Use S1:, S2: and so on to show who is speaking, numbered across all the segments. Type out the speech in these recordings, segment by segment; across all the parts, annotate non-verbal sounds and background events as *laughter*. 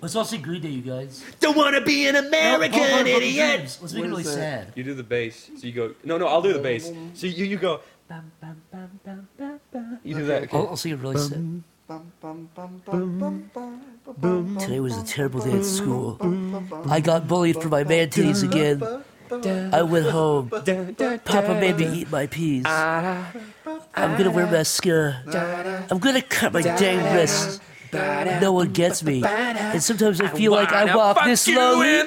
S1: Let's all sing Green Day, you guys. Oh,
S2: Don't want to be an American
S1: Purple Heart, Purple
S2: idiot.
S1: Dreams. Let's make it really sad.
S3: You do the bass. So you go. No, no, I'll do the bass. So you you go. You do that.
S1: I'll, I'll sing it really sad.
S4: Bum, bum, bum, bum, bum, bum, bum,
S1: Today was a
S4: bum,
S1: terrible day at school.
S4: bum, bum, bum,
S1: I got bullied for my man titties again.
S4: bum, bum.
S1: I went home. Papa made me eat my peas. I'm gonna wear mascara. I'm gonna cut my dang wrist. No one gets me. And sometimes I feel like I walk this slowly.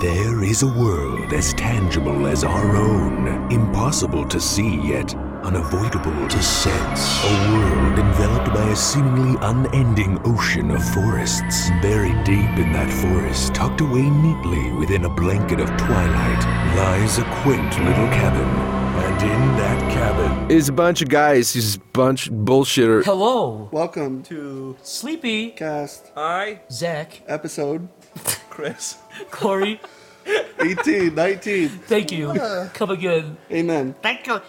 S5: There is a world as tangible as our own, impossible to see yet unavoidable to sense. A world enveloped by a seemingly unending ocean of forests. Buried deep in that forest, tucked away neatly within a blanket of twilight, lies a quaint little cabin. And in that cabin,
S6: It's a bunch of guys. It's a bunch of bullshitter.
S1: Hello,
S4: Welcome to
S1: Sleepy,
S4: cast
S3: Hi,
S1: Zach,
S4: episode
S3: Chris.
S1: Corey.
S4: 18, 19.
S1: Thank you. Come again.
S4: Amen.
S1: Thank you.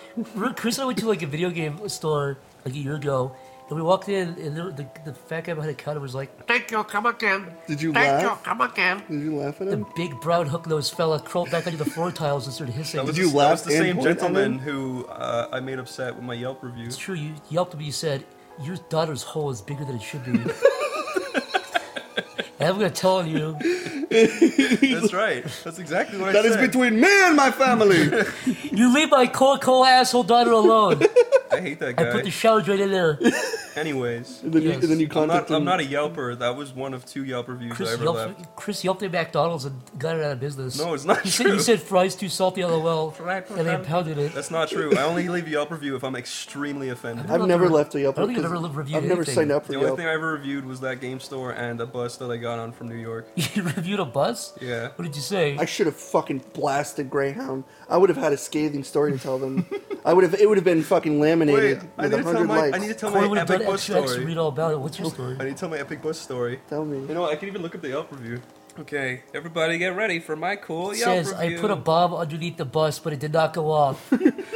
S1: Chris and I went to like a video game store like a year ago, and we walked in, and the, the, the fat guy behind the counter was like, "Thank you, come again."
S4: Did you
S1: Thank
S4: laugh?
S1: you, come again.
S4: Did you laugh at
S1: The
S4: him?
S1: big brown hook nosed fella crawled back under the floor tiles and started hissing.
S3: That was the-
S4: you
S3: that was
S4: laugh
S3: the
S4: and
S3: same
S4: point at
S3: gentleman
S4: him?
S3: who uh, I made upset with my Yelp
S4: *laughs*
S3: review.
S1: It's true. You yelped at me. You said your daughter's hole is bigger than it
S3: *laughs*
S1: should be. and I'm gonna tell you,
S3: That's right. That's exactly what I
S4: That
S3: said.
S4: is between me and
S3: *laughs*
S4: my family.
S1: you leave my cold, cold asshole daughter alone.
S3: I hate that
S1: I
S3: guy.
S1: put the shower drain in there.
S3: Anyways,
S4: And then, you,
S1: Yes.
S4: and then you
S3: I'm not,
S4: contact
S3: I'm
S4: him.
S3: not a Yelper. That was one of two Yelp reviews I
S1: Chris
S3: ever left.
S1: yelped, Chris yelped at McDonald's and got it out of business.
S3: No, it's not
S1: He said,
S3: true.
S1: he said fries too salty, lol, and they impounded it.
S3: That's not true. I only leave a Yelp review if I'm extremely offended.
S4: I've never left a Yelp.
S1: I don't think I've
S4: because
S1: ever reviewed
S4: I've never
S1: anything.
S4: signed up for
S3: The only
S4: Yelp.
S3: thing I ever reviewed was that game store and a bus that I got on from New York.
S1: *laughs* You reviewed a bus?
S3: Yeah.
S1: What did you say?
S4: I should have fucking blasted Greyhound. I would have had a scathing story to
S3: *laughs*
S4: tell them. I would have. It would have been fucking
S3: Wait,
S4: laminated
S3: I
S4: with
S3: need
S4: a
S3: to tell
S4: hundred
S3: my
S4: likes.
S3: I need to tell
S1: Corey
S3: my
S1: would have
S3: epic
S1: done
S3: bus
S1: XX to
S3: story.
S1: read all about it. What's your story?
S3: I need to tell my epic bus story.
S4: tell
S3: You
S4: me.
S3: know, I can even look up the Yelp review. Okay, everybody, get ready for my cool
S1: It
S3: Yelp
S1: says I
S3: review.
S1: put a bomb underneath the bus, but it did not go
S3: *laughs*
S1: off.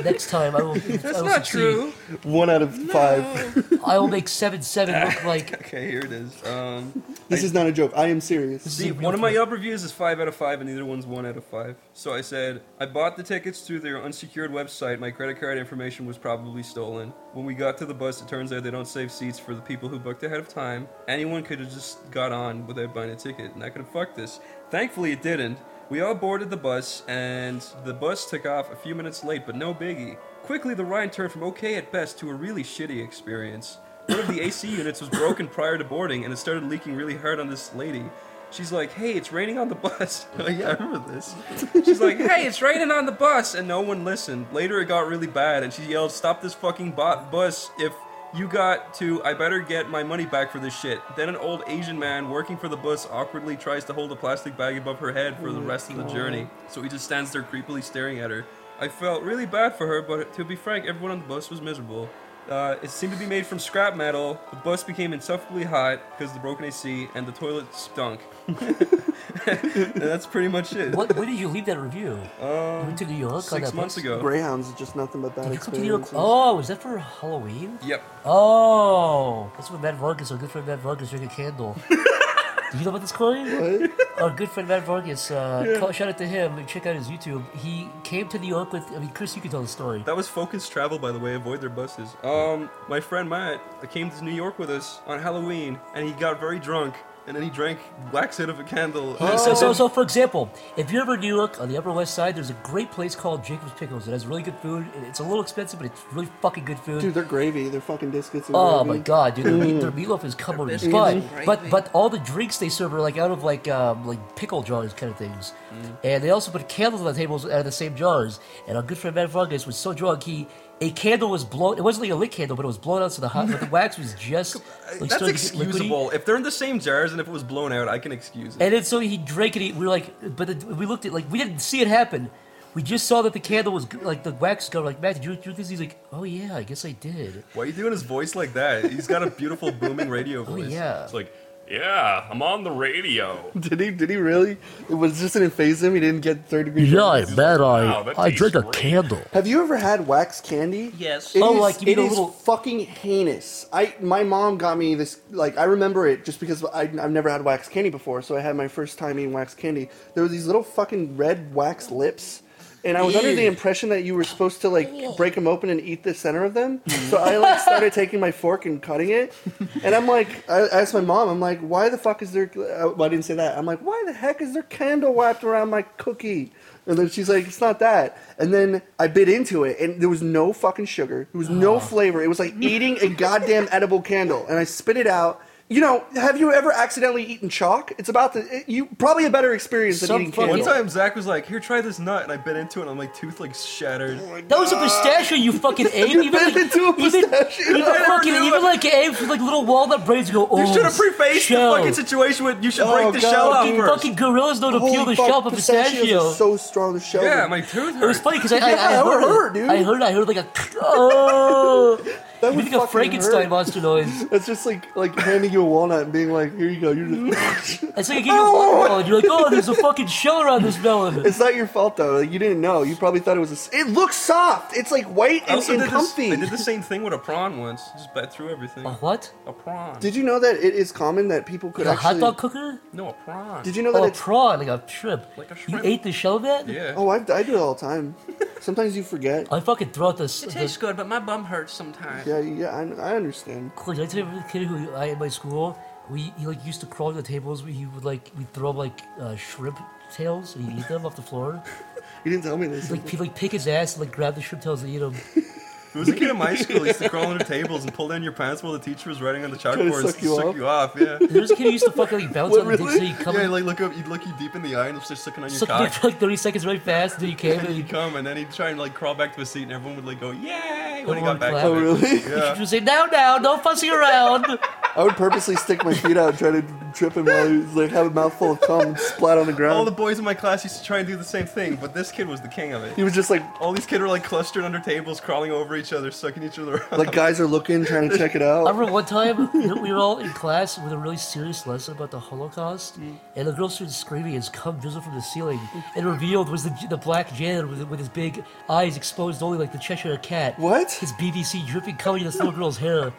S1: Next time I will. I
S3: That's
S1: will
S3: not
S1: succeed.
S3: true.
S4: One out of five.
S1: I will make seven seven
S3: *laughs*
S1: look like.
S3: Okay, here it is. Um,
S4: This is not a joke. I am serious.
S3: see,
S1: a real
S3: one of my Yelp reviews is five out of five, and the other one's one out of five. So I said I bought the tickets through their unsecured website. My credit card information was probably stolen. When we got to the bus, it turns out they don't save seats for the people who booked ahead of time. Anyone could have just got on without buying a ticket, and I could have fucked this. Thankfully, it didn't. We all boarded the bus, and the bus took off a few minutes late, but no biggie. Quickly, the ride turned from okay at best to a really shitty experience. One of the AC units was broken prior to boarding, and it started leaking really hard on this lady. She's like, "Hey, it's raining on the bus." *laughs* Oh, yeah, I remember this. She's like, "Hey, it's raining on the bus," and no one listened. Later, it got really bad, and she yelled, "Stop this fucking bot bus!" If you got to, I better get my money back for this shit. Then an old Asian man working for the bus awkwardly tries to hold a plastic bag above her head for the rest of the journey. So he just stands there creepily staring at her. I felt really bad for her, but to be frank, everyone on the bus was miserable. Uh, it seemed to be made from scrap metal. The bus became insufferably hot because of the broken AC and the toilet stunk. And that's pretty much it.
S1: What, when did you leave that review? you went to New York on
S3: Um, Six
S1: that
S3: months
S1: bus?
S3: ago.
S4: Greyhounds is just nothing but bad
S1: You come to New York.
S4: experience.
S1: Oh, is that for Halloween?
S3: Yep.
S1: Oh, that's what Matt Vargas, our good friend Matt Vargas, drink a candle. Do you know about this, Corey? Our good friend Matt Vargas, uh, call- shout out to him and check out his YouTube. He came to New York with, I mean, Chris, you can tell the story.
S3: That was Focus Travel, by the way. Avoid their buses. Um, my friend Matt came to New York with us on Halloween, and he got very drunk, and then he drank wax out of a candle.
S1: So, so, so, for example, if you're ever in New York on the Upper West Side, there's a great place called Jacob's Pickles. It has really good food. It- It's a little expensive, but it's really fucking good food.
S4: Dude, they're gravy. They're fucking biscuits. And
S1: Oh
S4: gravy.
S1: my god, dude! Their, meat, their meatloaf is covered in but, but but all the drinks they serve are like out of like um, like pickle jars kind of things,
S7: Mm.
S1: and they also put candles on the tables out of the same jars. And our good friend Matt Vargas was so drunk he a candle was blown. It wasn't like a lit candle, but it was blown out so the hot, but the wax was just like
S3: That's
S1: starting to get liquidy.
S3: excusable. If they're in the same jars and if it was blown out, I can excuse it.
S1: And then so he drank it. He, we were like, but the, we looked at like we didn't see it happen. We just saw that the candle was g- like the wax go like Matt, did you drink this? He's like, oh yeah, I guess I did. *laughs*
S3: Why are you doing his voice like that? He's got a beautiful booming radio voice.
S1: Oh, yeah.
S3: It's like
S7: Yeah, I'm on the radio.
S4: *laughs* Did he? Did he really? It was just didn't phase him. He didn't get third degree. burns?
S1: bet
S7: Wow, that tastes great.
S1: candle.
S4: Have you ever had wax candy?
S2: Yes.
S4: It
S1: Oh,
S4: is-
S1: like, you mean
S4: it
S1: a
S4: is
S1: little-
S4: fucking heinous. I my mom got me this. Like I remember it just because I, I've never had wax candy before, so I had my first time eating wax candy. There were these little fucking red wax lips. And I was under the impression that you were supposed to like break them open and eat the center of them. So I like started taking my fork and cutting it, and I'm like, I I asked my mom, I'm like, why the fuck is there? uh, Well, I didn't say that. I'm like, why the heck is there candle wrapped around my cookie? And then she's like, it's not that. And then I bit into it, and there was no fucking sugar. There was
S1: Ah.
S4: no flavor. It was like eating a goddamn *laughs* edible candle. And I spit it out. You know, have you ever accidentally eaten chalk? It's about the it, you probably a better experience than
S1: Some
S4: eating
S1: fucking-
S4: candle.
S3: One time, Zach was like, "Here, try this nut," and I bit into it, and my tooth like shattered.
S1: That was a pistachio you fucking ate. even
S4: bit
S1: like,
S4: into a
S1: even,
S4: pistachio.
S1: even
S4: I never
S1: fucking,
S3: knew
S1: even
S3: it.
S1: like you ate with like little walnut braids. You go, oh,
S3: You should have prefaced
S1: shell.
S3: the fucking situation with you should
S4: Oh,
S3: break the
S4: God.
S3: shell out
S1: Fucking,
S3: first.
S1: fucking gorillas know to peel the
S4: fuck,
S1: shell of a
S4: pistachios
S1: pistachio.
S4: are so strong. The shell.
S3: yeah, my tooth hurt.
S1: It was funny because I, I,
S4: *laughs* Yeah,
S1: I
S4: that would
S1: heard,
S4: hurt, dude.
S1: I heard, I heard like
S4: *laughs*
S1: a *laughs* oh,
S4: That
S1: you
S4: would
S1: think a
S4: fucking
S1: Frankenstein
S4: hurt.
S1: monster noise.
S4: That's just like like handing you a walnut and being like, here you go. You're
S1: *laughs*
S4: just. *laughs*
S1: It's like you get your watermelon. You're like, oh, there's a fucking shell around this melon.
S4: It's not your fault though. Like, you didn't know. You probably thought it was. A, s- it looks soft. It's like white
S3: I
S4: and,
S3: also
S4: and
S3: did this,
S4: comfy. Oh.
S3: I did the same thing with a prawn once. Just bit through everything.
S1: A what?
S3: A prawn.
S4: Did you know that it is common that people could
S1: Like a hot
S4: actually?
S1: dog cooker?
S3: no, a prawn.
S4: Did you know that
S1: Oh, a
S4: it's?
S1: prawn, like a shrimp.
S3: Like a
S1: You
S3: shrimp.
S1: ate the shell of that?
S3: Yeah.
S4: oh, I, I do it all the time. Sometimes you forget.
S1: I fucking throw out the.
S2: It
S1: the
S2: tastes good, but my bum hurts sometimes.
S4: Yeah, yeah, I, I understand.
S1: Quick, I tell you, the kid who I at my school, we he like used to crawl to the tables. We, he would like we would throw him like uh, shrimp tails and he'd eat them off the floor.
S4: You didn't tell me this.
S1: Like he'd like pick his ass and like grab the shrimp tails and eat them.
S3: There was a kid in my school who used to crawl under tables and pull down your pants while the teacher was writing on the chalkboard
S4: suck you off?
S3: you off.
S4: *laughs*
S3: Yeah.
S1: There's a kid who used to fucking like bounce
S4: What,
S1: on the dick so
S4: really?
S1: he'd come
S3: yeah,
S1: and
S3: like look up, he'd look you deep in the eye and start sucking on your
S1: suck dick
S3: cock.
S1: for like 30 seconds really fast. Then he came and
S3: And
S1: he
S3: he'd come and then he'd try and like crawl back to his seat and everyone would like go, yay! When he
S1: Everyone
S3: got back
S1: clapped.
S3: to
S4: oh,
S3: it.
S4: *laughs* really?
S1: would just say, "Now, now, no fussing around."
S4: I would purposely stick my feet out and try to drip him while he was like have a mouthful of cum and splat on the
S3: All
S4: ground.
S3: the boys in my class used to try and do the same thing, but this kid was the king of it.
S4: he was just like,
S3: All these kids were like clustered under tables, crawling over each other, sucking each other up.
S4: like guys are looking, trying to check it
S1: I
S4: out.
S1: remember one time we were all in class with a really serious lesson about the Holocaust,
S4: Mm.
S1: and the girl started screaming as cum drizzled from the ceiling, and revealed was the, the black janitor with, with his big eyes exposed only like the Cheshire cat.
S4: What?
S1: His BBC dripping coming in this little girl's hair.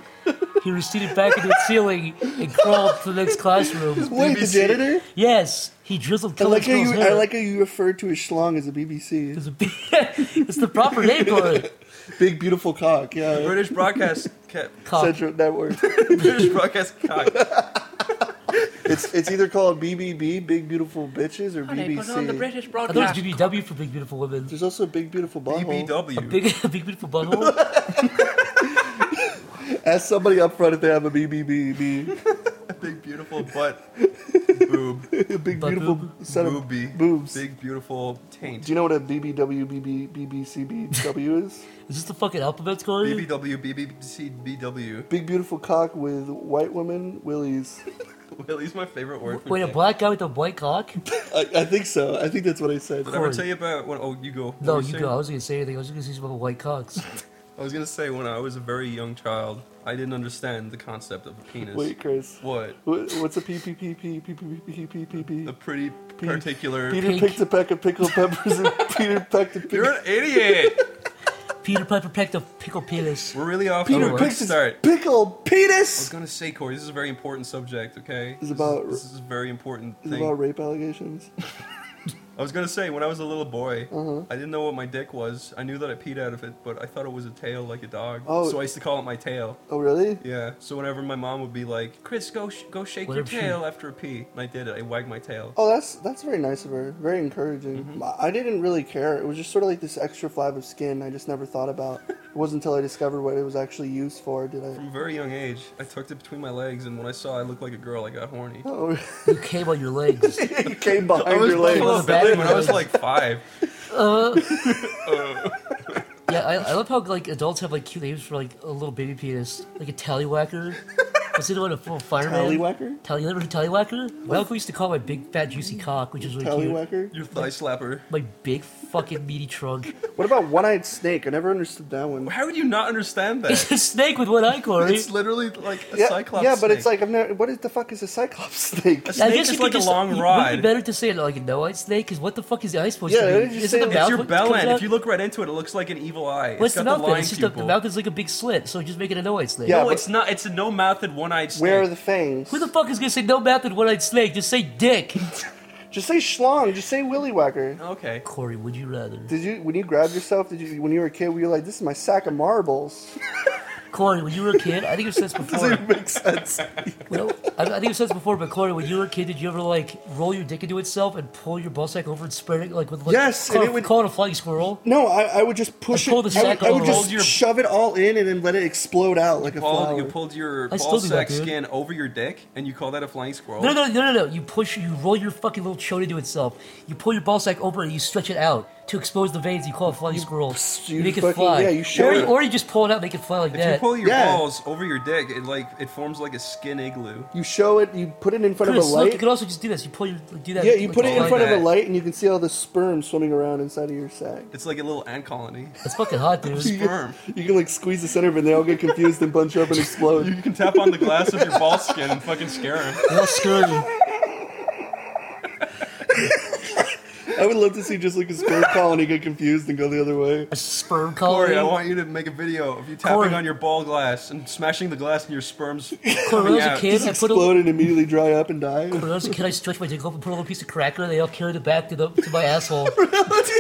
S1: He receded back into the ceiling and crawled to the next classroom.
S4: Wait, the
S3: BBC.
S4: janitor?
S1: Yes, he drizzled
S4: I
S1: cum in
S4: like
S1: this
S4: how
S1: girl's
S4: you. I
S1: hair.
S4: like how you referred to his schlong as a BBC.
S1: It's a- *laughs* it's the proper name for
S4: *laughs*
S1: it.
S4: Big beautiful cock. Yeah.
S3: British broadcast cat.
S1: Cock.
S4: Central
S3: *laughs*
S4: Network.
S1: *laughs*
S3: British broadcast cock.
S4: It's it's either called BBB, Big Beautiful Bitches, or
S2: Honey, put on the
S4: BBC.
S2: British
S1: I thought
S2: broadcast.
S1: it was BBW for Big Beautiful Women.
S4: There's also a Big Beautiful Butthole.
S3: BBW.
S1: Big, *laughs* big Beautiful Butthole.
S4: Ask somebody up front if they have a *laughs* BBB.
S3: Big beautiful
S4: *laughs*
S3: butt. Boob.
S4: Big Beautiful
S1: boob.
S4: set of
S3: Booby.
S4: boobs.
S3: Big beautiful taint.
S4: Do you know what a BBW, BB, BBCBW is?
S1: Is this the fucking alphabet score?
S3: BBW, *laughs* BBCBW.
S4: Big Beautiful Cock with White Women Willies.
S3: Willie's my favorite word. for
S1: Wait, a
S3: taint.
S1: black guy with a white
S3: *laughs*
S1: cock?
S4: I, I think so. I think that's what I said.
S3: Did I ever
S1: Corey.
S3: tell you about when? Oh, you go. What
S1: No,
S3: were
S1: you
S3: saying?
S1: go. I was gonna say anything. I was gonna say something about white cocks.
S3: I was gonna say when I was a very young child, I didn't understand the concept of a penis.
S4: Wait, Chris.
S3: What?
S4: What, what's a PPPPPPPPPPP?
S3: The pretty particular.
S4: Peter
S1: Pink.
S4: picked a peck of pickled peppers and Peter pecked a pick.
S3: You're an idiot.
S1: Peter Piper pecked a pickle
S3: *laughs*
S1: penis.
S3: We're really off
S4: Peter
S3: to a good
S4: picked his
S3: start. I
S4: pickled
S3: was
S4: penis!
S3: gonna say, Corey, this is a very important subject. Okay. This
S4: about-
S3: Is, this is a very important
S4: Is
S3: thing.
S4: it about rape allegations?
S3: I was gonna say when I was a little boy,
S4: Mm-hmm.
S3: I didn't know what my dick was. I knew that I peed out of it, but I thought it was a tail like a dog.
S4: Oh.
S3: So I used to call it my tail.
S4: Oh, really?
S3: Yeah. So whenever my mom would be like, "Chris, go sh- go shake
S1: Let
S3: your
S1: him shake.
S3: tail after a pee," and I did it. I wagged my tail.
S4: Oh, that's that's very nice of her. Very encouraging.
S3: Mm-hmm.
S4: I I didn't really care. It was just sort of like this extra flap of skin I just never
S3: *laughs*
S4: thought about. it wasn't until I discovered what it was actually used for did I.
S3: From a very young age, I tucked it between my legs, and when I saw I looked like a girl, I got horny.
S4: Oh,
S1: You came on your legs.
S3: *laughs*
S4: it *laughs* came behind
S3: I was
S4: your leg.
S3: playing with
S1: legs.
S3: a balloon when I was like five.
S1: Yeah, I, I love how like adults have like cute names for like a little baby penis, like a tallywhacker. Was it one a full fireman?
S4: Tallywhacker?
S1: Tally, you remember Tallywhacker? My uncle used to call my big fat juicy cock, which is really cute.
S4: Tallywhacker?
S3: Your thigh slapper.
S1: My big fucking meaty trunk.
S4: What about One-Eyed Snake? I never understood that one.
S3: How would you not understand
S1: *laughs*
S3: that?
S1: It's a snake with one eye, Corey.
S3: it's literally like a
S4: Yeah,
S3: cyclops.
S4: yeah, but
S3: snake.
S4: it's like I've never. What is the fuck is a cyclops *laughs* snake?
S3: a snake is
S1: could
S3: like a
S1: just-
S3: long
S1: Wouldn't it
S3: ride.
S1: be better to say it like a no-eyed snake? Because what the fuck is the eye supposed to
S4: Yeah, why
S1: be?
S4: did you
S1: Isn't
S4: say
S1: the
S4: that?
S1: mouth
S3: It's
S4: It's
S3: your
S1: what comes
S3: bell end.
S1: out?
S3: If you look right into it, it looks like an evil eye.
S1: What's
S3: it's
S1: the
S3: got
S1: mouth?
S3: the
S1: then?
S3: line
S1: It's just the,
S3: pupil.
S1: the mouth is like a big slit, so just make it a no-eyed snake.
S4: Yeah,
S3: no,
S4: but-
S3: it's not. It's a no-mouthed, one-eyed snake.
S4: Where are the fangs?
S1: Who the fuck is gonna say no mouth and one-eyed snake? Just say dick.
S4: Just say schlong. Just say willy whacker.
S3: Okay.
S1: Corey, would you rather?
S4: Did you when you grabbed yourself? Did you when you were a kid? Were you like this is my sack of marbles? *laughs*
S1: Corey, when you were a kid, I think it was said before.
S4: Doesn't make sense.
S1: Well, I, I think it says before, but Corey, when you were a kid, did you ever like roll your dick into itself and pull your ball sack over and spread it like with like,
S4: Yes,
S1: call,
S4: and it would-
S1: call it a flying squirrel?
S4: No, I, I would just push
S1: I pulled
S4: it.
S1: the
S4: I
S1: sack
S4: would, I would
S1: all
S4: just
S3: around. Your-
S4: shove it all in and then let it explode out like a
S3: Paul,
S4: flower.
S3: you pulled your
S1: I still
S3: ball
S1: do
S3: sack
S1: that, dude.
S3: skin over your dick, and you call that a flying squirrel?
S1: No, no, no, no, no! You push, you roll your fucking little chode into itself. You pull your ball sack over and you stretch it out to expose the veins. You call it flying squirrel.
S4: you
S1: make it
S4: fucking-
S1: fly.
S4: yeah, you show
S1: or, you-
S4: it.
S1: or you just pull it out, and make it fly like
S3: If
S1: that.
S3: you pull your
S4: Yeah.
S3: balls over your dick, it like it forms like a skin igloo.
S4: You show it. You put it in front
S1: Chris,
S4: of a
S1: look, you
S4: light.
S1: could also just do this. You pull your, do that.
S4: yeah, you
S1: like,
S4: put it in
S1: like
S4: front
S1: that.
S4: of a
S3: that.
S4: light, and you can see all the sperm swimming around inside of your sack.
S3: It's like a little ant colony.
S1: That's fucking hot,
S4: *laughs*
S1: dude.
S3: Sperm.
S4: You can like squeeze the center of it, and they all get confused and bunch up and
S3: You
S4: explode.
S3: can tap on the glass of your ball skin and fucking scare him.
S1: They all scurry.
S4: I would love to see just like a sperm colony get confused and go the other way.
S1: A sperm
S3: Corey,
S1: colony.
S3: I want you to make a video of you tapping
S1: Corey.
S3: on your ball glass and smashing the glass and your
S4: *laughs*
S3: sperms.
S1: Corey, when I was
S3: Yeah,
S1: a kid, I put a
S4: Explode and immediately dry up and *laughs* die.
S1: When I was a kid, I stretched my dick open, put a little piece of cracker, and they all carried it back to, the, to my
S4: *laughs*
S1: asshole.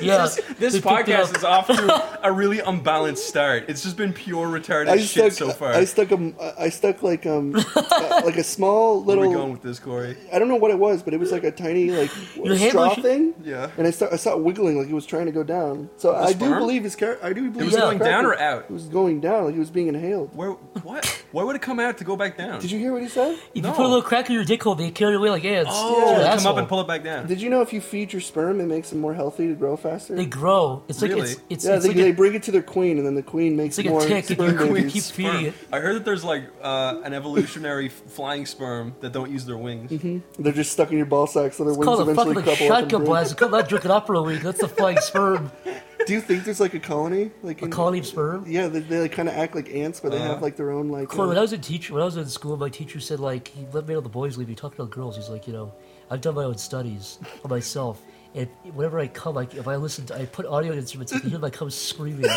S1: yeah,
S3: This
S1: They picked it
S3: podcast
S1: up.
S3: is off
S1: *laughs*
S3: to a really unbalanced start. It's just been pure retarded
S4: I
S3: shit
S4: stuck.
S3: so far.
S4: I stuck a. I stuck like
S1: *laughs*
S4: um, uh, like a small
S3: Where are
S4: little.
S3: we going with this, Corey?
S4: I don't know what it was, but it was like a tiny like
S1: *laughs* Your hand
S4: straw
S1: motion?
S4: thing.
S3: Yeah.
S4: And I saw, I saw it wiggling like it was trying to go down. So I do
S3: sperm?
S4: believe his character. I do believe
S3: It was
S4: his
S1: going
S3: down
S4: character-
S3: or out?
S4: It was going down. Like it was being inhaled.
S3: Where? What? Why would it come out to go back down?
S4: Did you hear what he said?
S1: If
S3: No.
S1: you put a little cracker in your dick hole, they carry it away like ants.
S3: Oh,
S1: to your
S3: it'll come
S1: asshole.
S3: up and pull it back down.
S4: Did you know if you feed your sperm, it makes them more healthy to grow faster?
S1: They grow. It's like
S3: Really?
S1: it's it's,
S4: yeah,
S1: it's
S4: they,
S1: like
S4: they
S1: a,
S4: bring it to their queen, and then the queen makes
S1: it's like
S4: more
S1: a tick.
S4: sperm
S1: and you, you
S4: babies.
S1: keep feeding it.
S3: I heard that there's like uh, an evolutionary f- flying sperm that don't use their wings.
S4: They're just stuck in your ball sack, so their wings
S1: Call it
S4: eventually
S1: fucking like
S4: crumple up. and
S1: shotgun
S4: break.
S1: blast. Come out, drink it up for a week. That's the flying sperm.
S4: Do you think there's like a colony, like
S1: A
S4: in-
S1: colony Uh-huh. of sperm.
S4: Yeah, they, they like, kind of act like ants, but they have like their own like.
S1: Corey,
S4: uh,
S1: when I was in teacher, when I was in school, my teacher said like he let made all the boys leave. He talked about girls. He's like, you know, I've done my own studies on myself, and if, whenever I come, like if I listen, to, I put audio instruments. I can hear them, I come
S4: *laughs*
S1: screaming.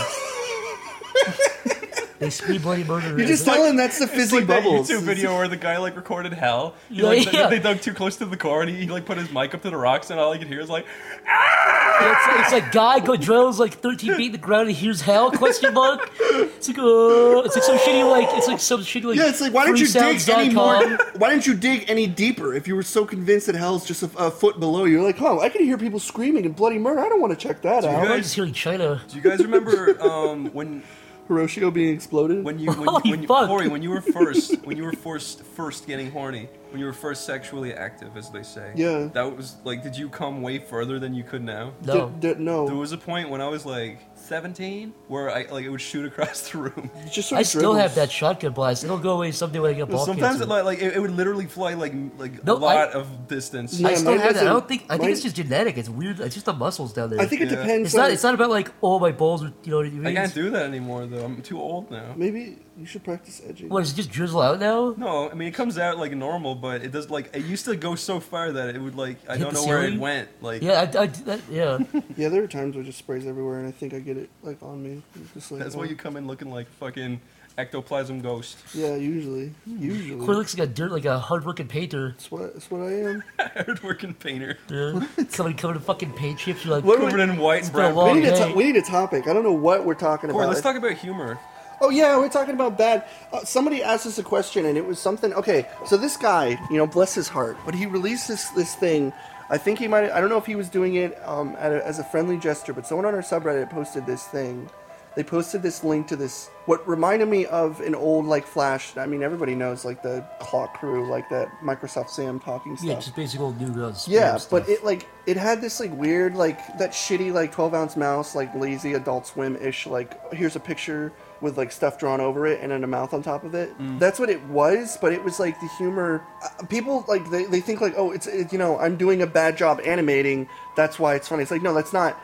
S1: they scream bloody murder.
S4: You're just telling that's the
S3: It's
S4: fizzy
S3: like that
S4: bubbles.
S3: YouTube video where the guy like recorded hell. He, like,
S1: Yeah,
S3: th-
S1: yeah.
S3: They dug too close to the core and he, he like put his mic up to the rocks and all he could hear is like,
S1: It's, it's like guy go drills like 13 feet in the ground and hears hell question mark. It's like oh, it's like some shitty like it's like some shitty like
S4: Yeah, it's like why didn't you dig any
S1: freesounds.com.
S4: more? *laughs* Why didn't you dig any deeper? If you were so convinced that hell's just a, a foot below you, like, oh, I can hear people screaming and bloody murder. I don't want to check that
S3: you
S1: I'm
S4: out.
S3: guys-
S1: just hearing China.
S3: "Do you guys remember um, when
S4: Hiroshio being exploded.
S3: when you when,
S1: Holy
S3: when you,
S1: fuck.
S3: Corey when you were first when you were first first getting horny when you were first sexually active as they say?
S4: Yeah.
S3: that was like, did you come way further than you could now?
S1: *laughs* No.
S4: D- d- no,
S3: There was a point when I was like 17 where I like it would shoot across the
S1: *laughs*
S3: room.
S4: It just sort
S1: I
S4: of
S1: still have
S4: dribbles.
S1: that shotgun blast. It'll go away someday when I get ball
S3: Sometimes
S1: cancer.
S3: it, like, like it, it would literally fly like m- like
S1: No,
S3: a lot
S1: I-
S3: of distance.
S4: Yeah,
S1: I still
S4: mine
S1: have that. I
S4: doesn't-
S1: don't think. I think
S4: mine-
S1: it's just genetic. It's weird. It's just the muscles down there.
S4: I think it
S3: Yeah.
S4: depends.
S1: it's not.
S4: on-
S1: It's not about like oh my balls are you know. What I, mean?
S3: I can't
S1: It's-
S3: do that anymore though. I'm too old now.
S4: Maybe you should practice edging.
S1: What is it just drizzle out now?
S3: No, I mean it comes out like normal, but it does like it used to go so far that it would like I
S1: Hit
S3: don't
S1: the
S3: know where it
S1: ceiling?
S3: went. Like
S1: Yeah, I, I do that, yeah. *laughs*
S4: Yeah, there are times where it just sprays everywhere, and I think I get it like on me. It's Just like
S3: that's
S4: oh.
S3: why you come in looking like fucking ectoplasm ghost.
S4: Yeah, usually,
S1: Hmm.
S4: usually.
S1: Corey looks like a dirt, like a hard-working painter.
S4: That's what. That's what I am.
S3: *laughs* Hard working painter.
S4: *laughs*
S1: Yeah. Coming, coming to fucking paint chips. You're like,
S4: What
S3: Covered in white and
S1: been a
S3: brown.
S1: long-
S4: We need, a
S1: Okay.
S4: to- we need a topic. I don't know what we're talking
S3: Corey,
S4: about.
S3: let's talk about humor.
S4: Oh yeah, we're talking about bad. Uh, somebody asked us a question, and it was something. Okay, so this guy, you know, bless his heart, but he released this this thing. I think he might. I don't know if he was doing it um, at a, as a friendly gesture, but someone on our subreddit posted this thing They posted this link to this what reminded me of an old like Flash. I mean, everybody knows like the Clock Crew, like that Microsoft Sam talking stuff.
S1: Yeah, just basic old new uh, spam
S4: Yeah,
S1: stuff.
S4: but it like it had this like weird like that shitty like twelve ounce mouse like lazy Adult Swim ish like here's a picture with like stuff drawn over it and then a mouth on top of it.
S1: Mm.
S4: That's what it was, but it was like the humor. Uh, people like they, they think like oh it's it, you know I'm doing a bad job animating that's why it's funny. It's like no that's not.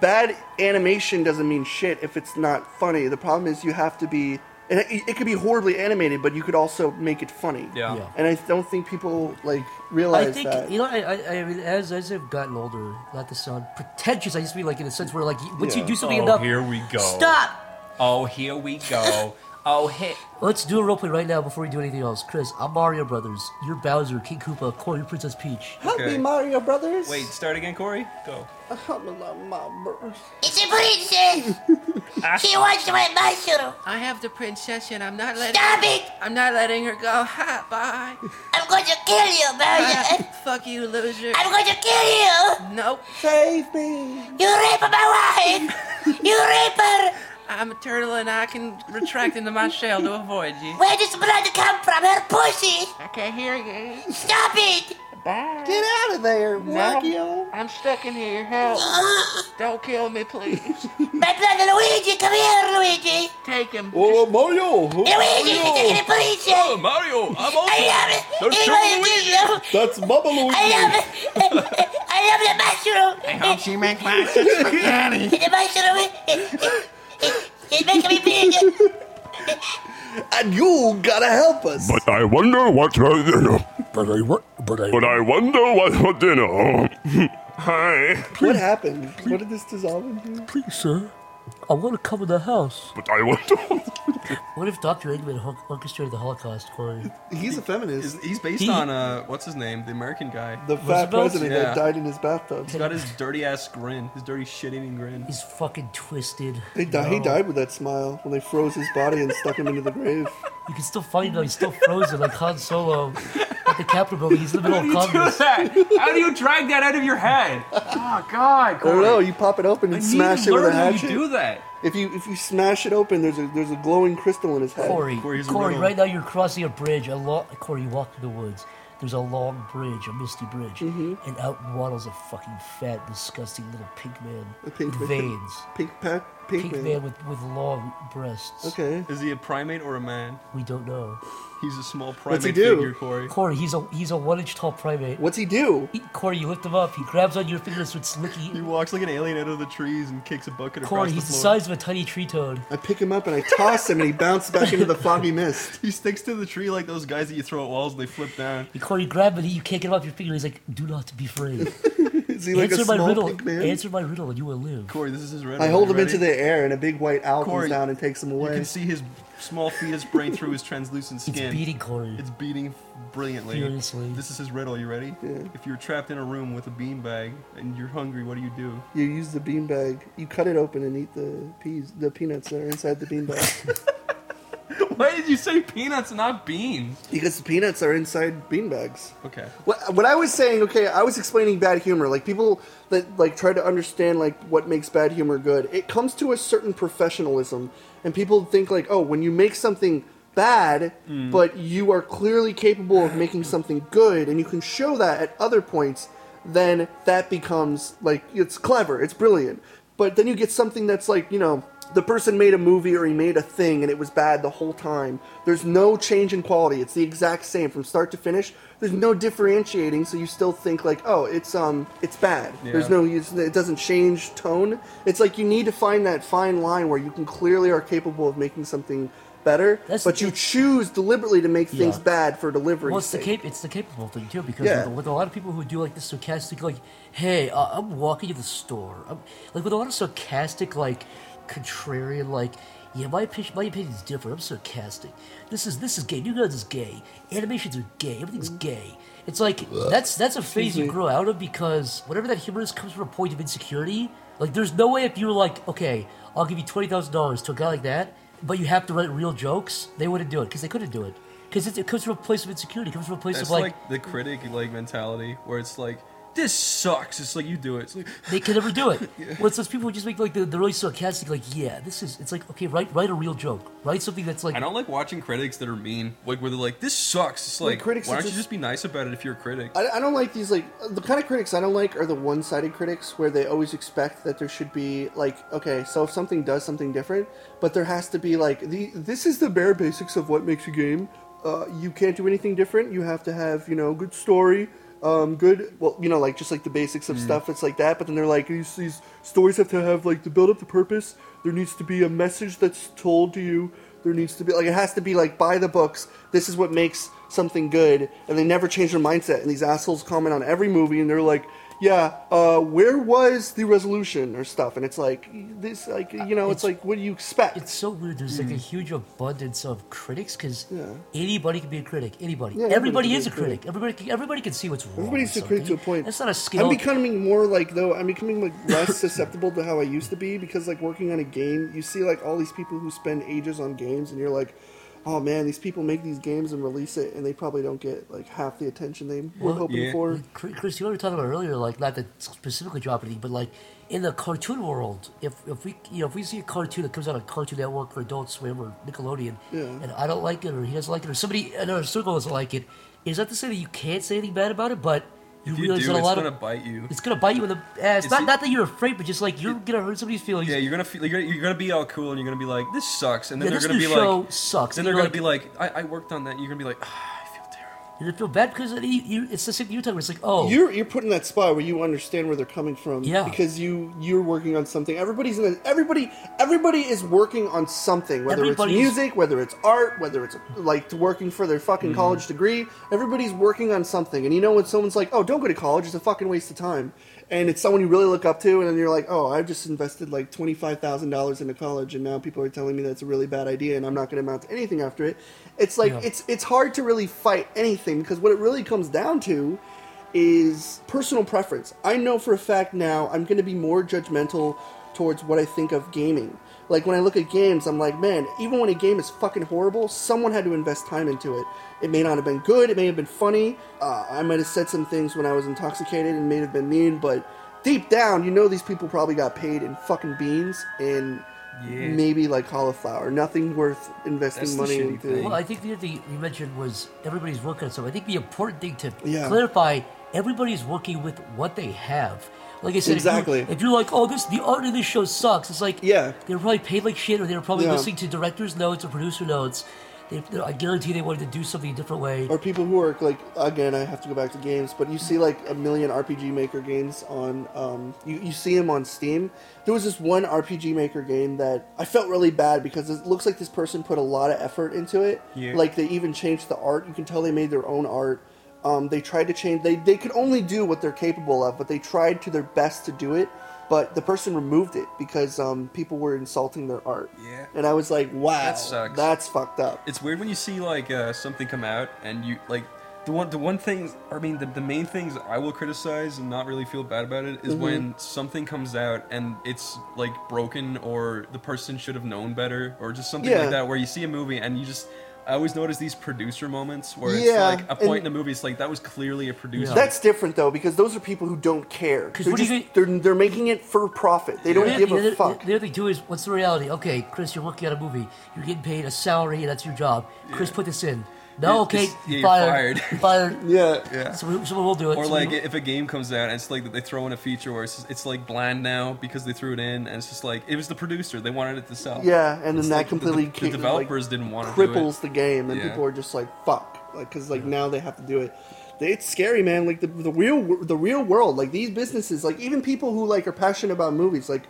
S4: Bad animation doesn't mean shit if it's not funny. The problem is you have to be. And it, it could be horribly animated, but you could also make it funny.
S3: Yeah.
S1: Yeah.
S4: And I don't think people like
S1: I
S4: realize
S1: think
S4: that.
S1: you know. I, I, I mean, as as I've gotten older, not to sound pretentious, I just mean like in a sense where like once
S4: Yeah.
S1: you do something
S7: Oh,
S1: enough,
S7: here we go.
S1: Stop.
S7: Oh, here we *laughs* go. Oh, hit.
S1: Let's do a roleplay right now before we do anything else. Chris, I'm Mario Brothers. You're Bowser, King Koopa, Corey, Princess Peach.
S4: Help
S3: Okay.
S4: me, Mario Brothers. Uh,
S3: Wait, start again, Corey. Go.
S4: Help me, love my brothers.
S8: It's a princess. she wants to wear my shoe.
S2: I have the princess and I'm not letting
S8: Stop it!
S2: I'm not letting her go. Ha bye.
S8: I'm going to kill you, Bowser.
S2: *laughs* Fuck you, loser.
S8: I'm going to kill you.
S2: Nope.
S4: Save me.
S8: You rape my wife. you rape her.
S2: I'm a turtle and I can retract into my shell to avoid you.
S8: Where does blood come from? Her pussy.
S2: I can't hear you.
S8: Stop it.
S4: Get out of there, Wario.
S2: I'm stuck in here. Help. Don't kill me, please.
S8: My brother Luigi, come here, Luigi.
S2: Take him.
S6: Oh, Mario!
S8: Luigi, you're taking the princess.
S6: Oh, Mario! I'm
S8: I love it.
S6: Don't
S8: He
S6: shoot
S8: wants to
S6: Luigi.
S8: kill you.
S6: That's Mama
S8: I love it. I love the mushroom. I hope she *laughs* makes my spaghetti. the mushroom. It, it, it, it makes me big.
S4: And you gotta help us.
S7: But I wonder what's for dinner.
S9: But I what? But I.
S7: But I wonder what's for dinner. Hi.
S4: what happened? What did this dissolve into?
S9: please, sir.
S1: I want to cover the house.
S7: But I wonder.
S1: What if Dr. Eggman hor- orchestrated the Holocaust, Corey?
S4: He's a feminist.
S3: He's- He's based
S1: He-
S3: on uh, what's his name, the American guy.
S4: The fat
S1: Roosevelt?
S4: president that
S3: Yeah.
S4: died in his bathtub.
S3: He's got his dirty ass grin, his dirty shit-eating
S7: *laughs*
S3: grin.
S1: He's fucking twisted.
S4: They di- He died with that smile when they froze his body and stuck him into the grave. *laughs*
S1: You can still find him. though. He's still frozen, like Han Solo at the Capitol building. He's in the middle of Congress.
S7: that? How do you drag that out of your head? Oh God,
S4: I don't know. You pop it open and smash it with a hatchet.
S7: that.
S4: If you if you smash it open, there's a there's a glowing crystal in his head.
S1: Corey, Corey,
S3: Corey, here's a riddle.
S1: right now you're crossing a bridge. A long Corey, you walk through the woods. There's a long bridge, a misty bridge,
S4: Mm-hmm.
S1: and out waddles a fucking fat, disgusting little pink man
S4: A pink
S1: with
S4: man.
S1: veins.
S4: Pink pa- pink,
S1: Pink
S4: man.
S1: man with, with long breasts.
S4: Okay.
S3: Is he a primate or a man?
S1: We don't know.
S3: He's a small primate
S4: What's he do?
S3: figure, Corey.
S1: Corey, he's a he's a one inch tall primate.
S4: What's he do?
S1: He- Corey, you lift him up. He grabs on your fingers with slicky.
S3: He walks like an alien out of the trees and kicks a
S1: Corey,
S3: bucket across the
S1: he's the
S3: floor.
S1: size of a tiny tree toad.
S4: I pick him up and I toss him and he bounces back into the foggy mist.
S3: He sticks to the tree like those guys that you throw at walls and they flip down.
S1: Corey, you grab it. You can't get him off your finger. He's like, "Do not be afraid.
S4: Is he like
S1: answer
S4: a
S1: my
S4: small
S1: riddle.
S4: pink man?
S1: Answer my riddle, and you will live."
S3: Corey, this is his red.
S4: I hold him into the air, and a big white owl
S3: Corey,
S4: comes down and takes him
S3: You
S4: away.
S3: can see his small fetus brain through his translucent
S1: *laughs* It's
S3: skin.
S1: beating Corey.
S3: It's beating brilliantly.
S1: Furiously.
S3: This is his riddle. You ready? If you're trapped in a room with a beanbag and you're hungry, what do you
S1: *laughs*
S3: do?
S4: You use the beanbag. You cut it open and eat the peas, the peanuts that are inside the *laughs* beanbag.
S3: Why did you say peanuts, not beans?
S4: because the peanuts are inside beanbags.
S3: Okay.
S4: What, what I was saying, okay, I was explaining bad humor. Like people that like try to understand like what makes bad humor good. It comes to a certain professionalism, and people think like, oh, when you make something bad, but you are clearly capable of making something good, and you can show that at other points, then that becomes like it's clever, it's brilliant. But then you get something that's like, you know, the person made a movie or he made a thing and it was bad the whole time. There's no change in quality. It's the exact same from start to finish. There's no differentiating, so you still think like, oh, it's um, it's bad. There's no, it's, it doesn't change tone. It's like you need to find that fine line where you can clearly are capable of making something better,
S1: That's-
S4: but you
S1: it's-
S4: choose deliberately to make things
S1: Yeah.
S4: bad for delivery.
S1: Well, it's the cap- it's the capable thing too, because
S4: Yeah.
S1: with, with a lot of people who do like this sarcastic, like, "Hey, uh, I'm walking to the store," I'm, like with a lot of sarcastic, like, contrarian, like, "Yeah, my opinion, my opinion is different. I'm sarcastic. This is this is gay. New Gods is gay. Animations are gay. Everything's gay." It's like that's that's a phase you grow out of because whatever that humor is comes from a point of insecurity. Like, there's no way if you were like, "Okay, I'll give you twenty thousand dollars to a guy like that," but you have to write real jokes. They wouldn't do it because they couldn't do it. Because it, it comes from a place of insecurity. It comes from a place
S3: That's
S1: of like,
S3: like, the critic like mentality where it's like this sucks. It's like you do it. It's like
S1: They can never
S4: *laughs*
S1: do it. Well, it's those people who just make like the, the really sarcastic, like, yeah, this is. It's like okay, write write a real joke, write something that's like
S3: I don't like watching critics that are mean. Like where they're like, this sucks. It's
S4: Well,
S3: like
S4: critics
S3: why
S4: are
S3: don't you
S4: just-
S3: just be nice about it if you're a critic?
S4: I, I don't like these like the kind of critics I don't like are the one-sided critics where they always expect that there should be like okay so if something does something different but there has to be like the this is the bare basics of what makes a game uh, you can't do anything different you have to have you know good story um, good well you know like just like the basics of stuff it's like that but then they're like these, these stories have to have like to build up the purpose there needs to be a message that's told to you there needs to be like it has to be like by the books this is what makes something good and they never change their mindset and these assholes comment on every movie and they're like yeah uh, where was the resolution or stuff and it's like this like you know
S1: It's-
S4: it's, like what do you expect
S1: It's so weird. There's like a
S4: Mm.
S1: huge abundance of critics because anybody can be a critic. Anybody.
S4: Yeah,
S1: everybody
S4: everybody can
S1: is
S4: be
S1: a
S4: a
S1: critic. Everybody. Can, everybody can see what's wrong.
S4: everybody's
S1: with
S4: a critic to a
S1: something.
S4: point
S1: That's not a skill.
S4: i'm becoming more like though i'm becoming like less *laughs* susceptible to how i used to be because like working on a game you see like all these people who spend ages on games and you're like oh man these people make these games and release it and they probably don't get like half the attention they were
S1: Well,
S4: hoping
S3: yeah.
S4: for
S1: Like, Chris- Chris, you were talking about earlier, like not that specifically job anything, but like in the cartoon world, if if we you know if we see a cartoon that comes out on Cartoon Network or Adult Swim or Nickelodeon,
S4: Yeah.
S1: and I don't like it or he doesn't like it or somebody in our circle doesn't like it, is that to say that you can't say anything bad about it? But you
S3: If you
S1: realize
S3: do,
S1: that a
S3: it's
S1: lot
S3: gonna
S1: of
S3: bite
S1: *laughs*
S3: you.
S1: it's gonna bite you in the ass.
S3: Is
S1: Not
S3: it-
S1: not that you're afraid, but just like you're gonna hurt somebody's feelings.
S3: Yeah, you're gonna feel, you're, gonna, you're gonna be all cool and you're gonna be like, this sucks, and then
S1: Yeah,
S3: they're
S1: this
S3: gonna
S1: new
S3: be
S1: show
S3: like,
S1: sucks.
S3: Then
S1: And
S3: they're
S1: you're
S3: gonna be like, I, I worked on that. And you're gonna be like, ah, I feel terrible.
S1: You're gonna feel bad because it, you, you, it's the same thing you're talking about. It's like oh,
S4: you're you're put in that spot where you understand where they're coming from
S1: Yeah.
S4: because you you're working on something everybody's in a, everybody everybody is working on something whether
S1: Everybody's-
S4: it's music whether it's art whether it's like working for their fucking
S1: Mm-hmm.
S4: college degree everybody's working on something and you know when someone's like oh don't go to college it's a fucking waste of time and it's someone you really look up to and then you're like oh i've just invested like $25000 into college and now people are telling me that's a really bad idea and i'm not going to amount to anything after it it's like
S1: Yeah.
S4: it's it's hard to really fight anything because what it really comes down to is personal preference. I know for a fact now I'm going to be more judgmental towards what I think of gaming. Like when I look at games, I'm like, man, even when a game is fucking horrible, someone had to invest time into it. It may not have been good, it may have been funny. Uh, I might have said some things when I was intoxicated and may have been mean, but deep down, you know these people probably got paid in fucking beans and maybe like cauliflower. Nothing worth investing
S3: That's the
S4: money
S3: shitty
S4: into.
S3: thing.
S1: Well, I think the other thing you mentioned was everybody's working on something. I think the important thing to
S4: Yeah.
S1: clarify, everybody's working with what they have. Like I said, if you-
S4: Exactly.
S1: If you're, like, oh, this the art in this show sucks, it's like
S4: Yeah.
S1: they were probably paid like shit, or they were probably
S4: Yeah.
S1: listening to director's notes or producer notes. They, they- I guarantee they wanted to do something a different way.
S4: or people who are like again i have to go back to games but you see like a million rpg maker games on um, you, you see them on steam there was this one rpg maker game that i felt really bad because it looks like this person put a lot of effort into it
S3: Yeah.
S4: like they even changed the art you can tell they made their own art um, they tried to change they, they could only do what they're capable of but they tried to their best to do it but the person removed it because um, people were insulting their art
S3: Yeah.
S4: and i was like wow
S3: That sucks.
S4: that's fucked up
S3: It's weird when you see like uh, something come out and you like the one the one thing I mean the, the main things I will criticize and not really feel bad about it is
S1: Mm-hmm.
S3: when something comes out and it's like broken or the person should have known better or just something
S4: Yeah.
S3: like that where you see a movie and you just. I always notice these producer moments where it's
S4: Yeah,
S3: like a point
S4: and-
S3: in the movie. It's like that was clearly a producer.
S4: That's different though, because those are people who don't care.
S1: Oh. 'Cause
S4: They're,
S1: what do
S4: just,
S1: you
S4: they're, they're making it for profit. They don't
S1: Yeah,
S4: give
S1: the
S4: a
S1: other-
S4: fuck.
S1: The other thing too is, what's the reality? Okay, Chris, you're working on a movie. You're getting paid a salary. That's your job. Chris, put this in. No,
S3: Yeah,
S1: okay,
S3: it's- yeah,
S1: you're
S3: you're
S1: fired.
S3: fired.
S1: You're fired.
S4: Yeah.
S3: Yeah.
S1: So, *laughs* someone will do it.
S3: Or
S1: Someone
S3: like
S1: will-
S3: if a game comes out and it's like they throw in a feature where it's, it's like bland now because they threw it in and it's just like it was the producer they wanted it to sell.
S4: Yeah, and then
S3: It's
S4: that
S3: like the-
S4: completely
S3: the,
S4: ki-
S3: the
S4: like,
S3: developers didn't want to do it.
S4: Cripples the game, and
S3: Yeah.
S4: people are just like, "Fuck!" Like, because like now they have to do it. They- It's scary, man. Like the the real wor- the real world. Like these businesses. Like even people who like are passionate about movies. Like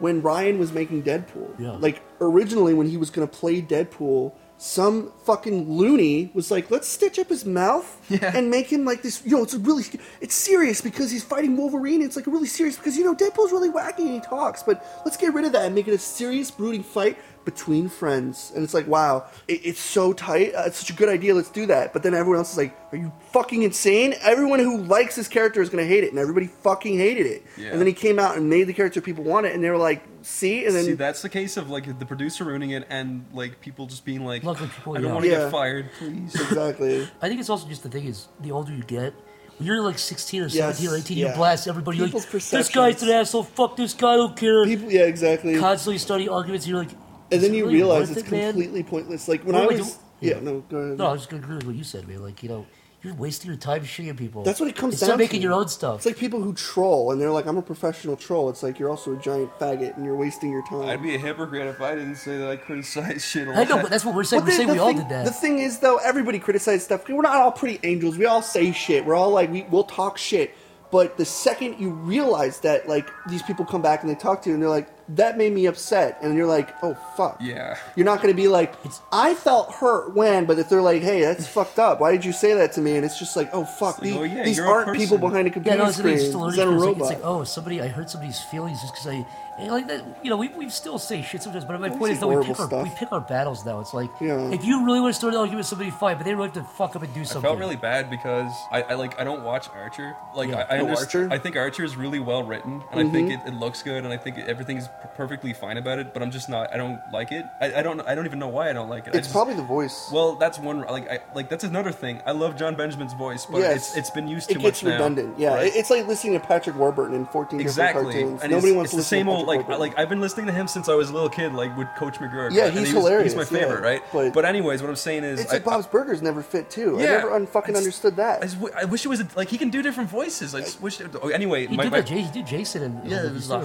S4: when Ryan was making Deadpool.
S1: Yeah.
S4: Like originally when he was gonna play Deadpool. Some fucking loony was like, let's stitch up
S3: *laughs*
S4: his mouth and make him like this. Yo, it's a really, it's serious because he's fighting Wolverine. It's like really serious because you know Deadpool's really wacky and he talks, but let's get rid of that and make it a serious, brooding fight between friends. And it's like, wow, it, it's so tight. Uh, it's such a good idea. Let's do that. But then everyone else is like, are you fucking insane? Everyone who likes this character is gonna hate it, and everybody fucking hated it.
S3: Yeah.
S4: And then he came out and made the character people wanted, and they were like, see, and then
S3: See, that's the case of like the producer ruining it and like people just being like,
S1: Lots of people,
S3: I don't
S1: yeah.
S3: want to
S4: Yeah.
S3: get fired, please.
S4: exactly.
S1: I think it's also just the thing is the older you get, You're like 16 or
S4: Yes,
S1: 17 or 18.
S4: yeah.
S1: You blast everybody. You're
S4: People's
S1: like, this guy's
S4: perceptions.
S1: an asshole. Fuck this guy. I don't care.
S4: People, yeah, exactly.
S1: Constantly starting arguments. You're like,
S4: and
S1: "Is
S4: then
S1: it
S4: you
S1: really
S4: realize
S1: worth
S4: it's
S1: it, man?"
S4: completely pointless. Like when
S1: What
S4: I
S1: do we
S4: was,
S1: do-
S4: yeah, no, go ahead.
S1: No, I was just gonna agree with what you said, man. Like, you know, you're wasting your time shitting people.
S4: That's what it comes
S1: Instead
S4: down
S1: of making
S4: to.
S1: your own stuff.
S4: It's like people who troll and they're like, "I'm a professional troll." It's like you're also a giant faggot and you're wasting your time.
S3: I'd be a hypocrite if I didn't say that I criticize shit. A lot.
S1: I know, but that's what we're saying.
S4: But
S1: we're
S4: the-
S1: saying
S4: the
S1: we all
S4: thing-
S1: did that.
S4: The thing is, though, everybody criticizes stuff. We're not all pretty angels. We all say shit. We're all like, we, we'll talk shit. But the second you realize that, like, these people come back and they talk to you and they're like, that made me upset. And you're like, oh, fuck.
S3: Yeah.
S4: You're not going to be like, I felt hurt when, but if they're like, hey, that's *laughs* fucked up. Why did you say that to me? And it's just like, oh, fuck.
S3: like,
S4: these
S3: oh, yeah,
S4: these
S3: you're a
S4: aren't people
S3: person.
S4: behind a
S1: yeah,
S4: computer
S1: no, it's,
S4: screen.
S1: it's
S4: Is
S1: just a learning
S4: that a
S1: curve.
S4: robot?
S1: It's like, it's like, oh, somebody, I hurt somebody's feelings just because I, and like that. You know, we, we still say shit sometimes, but my point
S4: say
S1: is that we
S4: horrible
S1: pick, our,
S4: stuff.
S1: we pick our battles now. It's like,
S4: Yeah.
S1: if you really want to start an argument with somebody, fine, but they really have to fuck up and do
S3: I
S1: something.
S3: felt really bad because I, I like I don't watch Archer. Like
S1: Yeah.
S3: I, I,
S4: No
S3: underst-
S4: Oh, Archer? Mm-hmm.
S3: I think Archer is really well written, and I think it, it looks good, and I think everything's p- perfectly fine about it. But I'm just not. I don't like it. I, I don't. I don't even know why I don't like it. I
S4: it's
S3: just-
S4: probably the voice.
S3: Well, that's one. Like, I, like that's another thing. I love John Benjamin's voice, but
S4: Yes.
S3: it's it's been used too
S4: it gets
S3: much now,
S4: redundant. yeah,
S3: right?
S4: It- it's like listening to Patrick Warburton in 14 different
S3: exactly. And
S4: cartoons.
S3: it's,
S4: Nobody wants
S3: it's
S4: to
S3: the
S4: listen
S3: same
S4: to
S3: old
S4: Patrick
S3: like I-
S4: Warburton.
S3: like I've been listening to him since I was a little kid, like with Coach McGurk.
S4: Yeah,
S3: right? And
S4: he's
S3: he was-
S4: hilarious,
S3: He's my
S4: yeah.
S3: favorite, right?
S4: But-
S3: But, anyways, what I'm saying is,
S4: It's
S3: I-
S4: like Bob's Burgers never fit too. I never un- fucking
S3: I just-
S4: understood that.
S3: I, just w- I wish it was a, like he can do different voices. I just wish. It, oh, anyway,
S1: He
S3: my,
S1: did
S3: my
S1: that. Jay, he did Jason and
S3: yeah, it was like,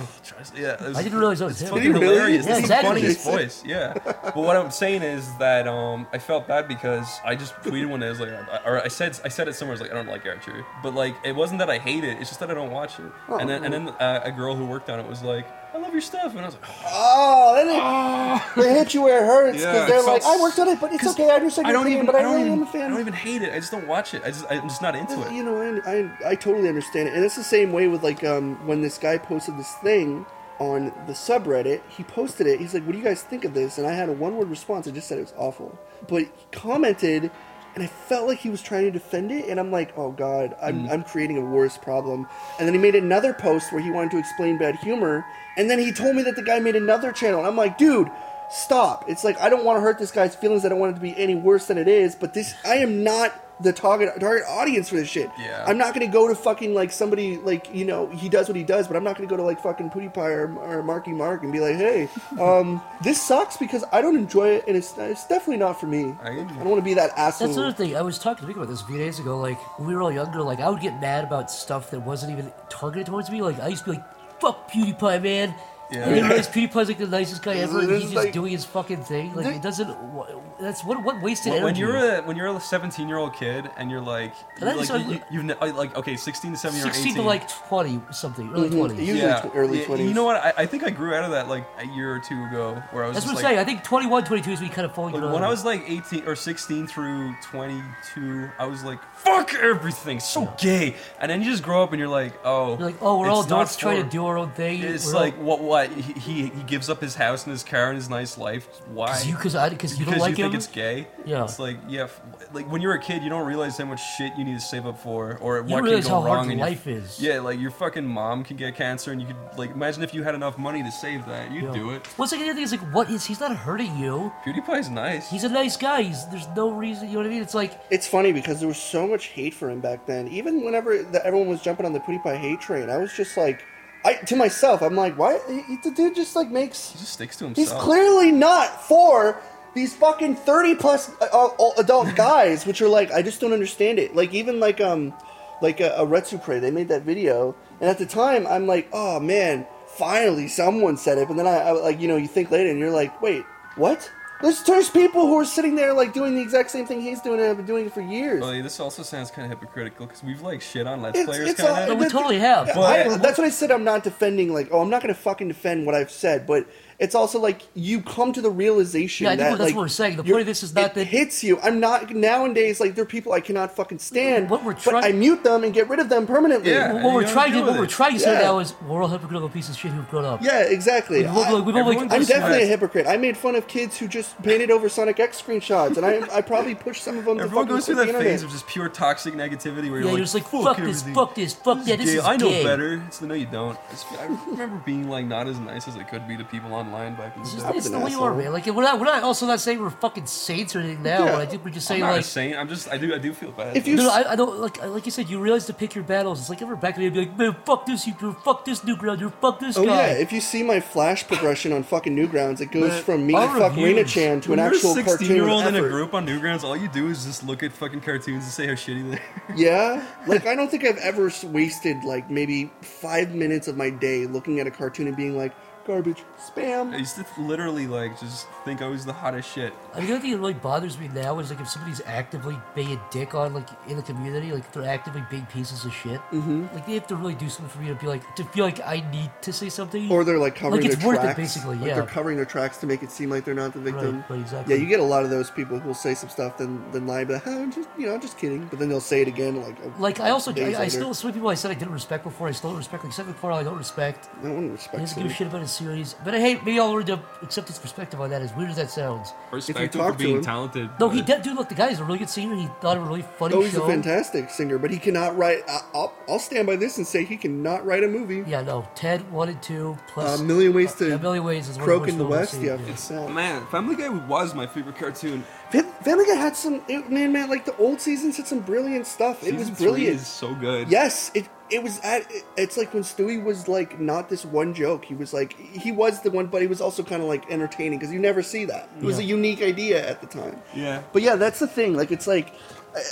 S3: yeah, it was,
S1: I didn't realize that was him.
S3: it's *laughs* fucking
S4: Did he really?
S3: hilarious.
S1: Yeah,
S3: it's
S1: exactly.
S3: the funniest voice.
S4: *laughs*
S3: Yeah, but what I'm saying is that um, I felt bad because I just tweeted one day I was like, I- or I said I said it somewhere I was like I don't like Archer, but like it wasn't that I hate it. It's just that I don't watch it.
S4: Oh,
S3: and then and then uh, a girl who worked on it was like, I love your stuff, and I was like,
S4: oh, then it, they hit you where it hurts because
S3: Yeah, it
S4: they're like,
S3: felt-
S4: I worked on it, but it's
S3: Ah. 'Cause
S4: okay. I understand
S3: I
S4: your
S3: don't
S4: opinion,
S3: even.
S4: but I
S3: I don't
S4: really am
S3: even.
S4: a
S3: I don't
S4: fan.
S3: even hate it. I just don't watch it. I just I'm just not into it.
S4: Uh, You know, I, I I totally understand it, and it's the same way with like um when this guy posted this thing on the subreddit. He posted it. He's like, "What do you guys think of this?" And I had a one word response. I just said it was awful, but he commented. And I felt like he was trying to defend it, and I'm like, oh god, I'm,
S3: Mm.
S4: I'm creating a worse problem. And then he made another post where he wanted to explain bad humor, and then he told me that the guy made another channel. And I'm like, dude, stop. It's like I don't want to hurt this guy's feelings. I don't want it to be any worse than it is. But this, I am not the target target audience for this shit.
S3: Yeah.
S4: I'm not gonna go to fucking like somebody like you know he does what he does, but I'm not gonna go to like fucking PewDiePie or, or Marky Mark and be
S3: *laughs*
S4: like, hey, um, this sucks because I don't enjoy it and it's it's definitely not for me.
S3: I-
S4: I, don't want to be that asshole.
S1: That's another thing. I was talking to Vic about this a few days ago. Like when we were all younger, like I would get mad about stuff that wasn't even targeted towards me. Like I used to be like, "Fuck PewDiePie, man."
S3: Yeah.
S1: And then realize PewDiePie's like the nicest guy ever, and
S4: There's,
S1: he's just
S4: like-
S1: doing his fucking thing. Like it doesn't. wha- That's what what wasted
S3: When, when
S1: energy.
S3: you're a when you're a 17 year old kid and you're like,
S1: And I
S3: like
S1: just
S3: you,
S1: like-
S3: you, you've ne- I- like okay 16 to 17 year
S1: 16 to
S3: 18
S1: like 20 something, early 20s.
S4: Usually tw- early
S3: Yeah,
S4: 20s.
S3: Mm-hmm. You know what? I, I think I grew out of that like a year or two ago, where I was
S1: That's what I'm
S3: just
S1: saying.
S3: like,
S1: I think 21, 22 is when you kind of fall into
S3: like, when I was like 18 or 16 through 22, I was like, fuck everything, so gay. And then you just grow up and you're like, oh,
S1: You're like, oh, we're all
S3: it's not
S1: adults trying to
S3: for-
S1: do our own thing.
S3: It's
S1: We're all-
S3: like what? What he, he he gives up his house and his car and his nice life. Why?
S1: 'Cause you, cause I, cause you
S3: because
S1: don't like
S3: you
S1: him.
S3: think it's gay.
S1: Yeah.
S3: It's like yeah, f- like when you're a kid, you don't realize how much shit you need to save up for, or what can
S1: realize
S3: go
S1: how
S3: wrong.
S1: hard
S3: in your-
S1: life is.
S3: Yeah, like your fucking mom can get cancer, and you could like imagine if you had enough money to save that, you'd
S1: Yeah.
S3: do it.
S1: What's like the other thing is like, what is he's not hurting you?
S3: PewDiePie's nice.
S1: He's a nice guy. He's, there's no reason. You know what I mean? It's like
S4: It's funny because there was so much hate for him back then. Even whenever the, everyone was jumping on the PewDiePie hate train, I was just like, I to myself, I'm like, why? He, he- the dude just like makes.
S3: he just sticks to
S4: He's
S3: himself.
S4: clearly not for these fucking 30 plus uh, uh, adult guys, which are like, I just don't understand it. Like, even like, um, like a, a Retsupre, they made that video, and at the time, I'm like, oh man, finally someone said it. But then I, I like, you know, you think later and you're like, wait, what? There's, there's people who are sitting there like doing the exact same thing he's doing and have been doing it for years.
S3: Well, Oh, this also sounds kind of hypocritical because we've like shit on Let's
S4: It's-
S3: Players
S4: it's
S3: kind
S4: all-
S1: No,
S3: of.
S1: we
S4: That's-
S1: totally have.
S3: Well,
S4: I-
S3: I-
S4: that's what I said. I'm not defending like, oh, I'm not going to fucking defend what I've said, but it's also like you come to the realization.
S1: Yeah, I think
S4: that,
S1: that's
S4: like,
S1: what we're saying. The
S4: you're-
S1: point of this is not
S4: it
S1: that-
S4: hits you. I'm not nowadays like there are people I cannot fucking stand.
S1: What we're
S4: but
S1: trying-
S4: I mute them and get rid of them permanently.
S3: Yeah.
S1: what
S3: you
S1: we're
S3: gotta
S1: trying to
S3: deal
S1: what
S3: with
S1: we're
S3: it.
S1: trying to say
S4: Yeah.
S1: now is we're all hypocritical pieces of shit who've grown up.
S4: Yeah, exactly.
S1: We've all,
S4: I,
S1: like, we've all, like,
S3: everyone's
S4: am
S3: just
S4: definitely a
S3: mad.
S4: hypocrite. I made fun of kids who just just painted over Sonic X screenshots, and I, I probably pushed some of them.
S3: Everyone
S4: to fucking
S3: goes through
S4: the
S3: that
S4: internet.
S3: phase of just pure toxic negativity where
S1: Yeah,
S3: you're
S1: you're
S3: like,
S1: just like, fuck this,
S3: everything.
S1: fuck this, fuck that, this
S3: gay.
S1: is
S3: I know
S1: gay.
S3: better. It's no, you don't. It's, I remember being like not as nice as I could be to people online back in the
S1: It's
S3: day.
S1: just-
S4: I was
S1: it's
S4: an
S1: the way you are,
S4: asshole.
S1: man. Like, we're not, we're not also not saying we're fucking saints or anything now.
S4: Yeah.
S1: I think we're just
S3: I'm
S1: saying,
S3: not
S1: like,
S3: saying. I'm just. I do. I do feel bad.
S4: If you
S1: No, no, I, I don't like. Like you said, you realize to pick your battles. It's like ever back in the day, I'd be like, man, fuck this YouTuber, fuck this new ground, you fuck this
S4: Oh
S1: guy.
S4: yeah, if you see my flash progression on fucking Newgrounds, it goes
S3: Man,
S4: from me
S1: our
S4: fuck
S1: reviews.
S4: Rena Chan to
S3: when
S4: an
S3: you're a
S4: actual
S3: 16 year old in
S4: cartoon
S3: a
S4: effort.
S3: group on Newgrounds, all you do is just look at fucking cartoons and say how shitty they are.
S4: Yeah, like I don't think I've ever s- wasted like maybe five minutes of my day looking at a cartoon and being like garbage
S3: I
S4: spam.
S3: used to literally like just think I was the hottest shit.
S1: I mean, the only thing that really bothers me now is like if somebody's actively being a dick on like in the community, like if they're actively being pieces of shit. Mm-hmm. Like they have to really do something for me to be like to feel like I need to say something.
S4: Or they're like covering
S1: Like, it's
S4: their
S1: worth it,
S4: tracks.
S1: basically,
S4: Like,
S1: yeah.
S4: they're covering their tracks to make it seem like they're not the victim.
S1: right, exactly.
S4: Yeah, you get a lot of those people who will say some stuff, then then lie, but oh, just you know, just kidding. But then they'll say it again, like a-
S1: like I also
S4: days
S1: I, I
S4: later.
S1: still some people I said I didn't respect before. I still don't respect like Second Quarter. I don't respect.
S4: I don't
S1: I
S4: respect.
S1: doesn't give a
S4: Somebody.
S1: shit about his series, but I hate maybe I'll learn to accept his perspective on that. As weird as that sounds,
S7: Respect
S4: you
S7: him for
S4: talk to
S7: being
S4: him-
S7: talented.
S1: no, he
S7: but-
S1: did. Dude, look, the guy's a really good singer. He thought of a really funny
S4: Oh,
S1: show.
S4: he's a fantastic singer, but he cannot write. I, I'll, I'll stand by this and say he cannot write a movie.
S1: Yeah, no. Ted one and two
S4: A
S1: plus
S4: million ways to
S1: A Million Ways is one of the
S4: croak
S1: worst
S4: in the
S1: films I've
S4: West.
S1: seen,
S4: Yeah,
S1: yeah.
S4: it's not-
S3: Man, Family Guy was my favorite cartoon.
S4: Fam- Family Guy had some it, man, man. Like the old seasons had some brilliant stuff. it was
S3: Season three
S4: brilliant.
S3: is so good.
S4: Yes, it it was. At, it- it's like when Stewie was like not this one joke. He was like he was the one, but he was also kind of like entertaining because you never see that. It was
S1: Yeah.
S4: a unique idea at the time.
S3: Yeah.
S4: But yeah, that's the thing. Like it's like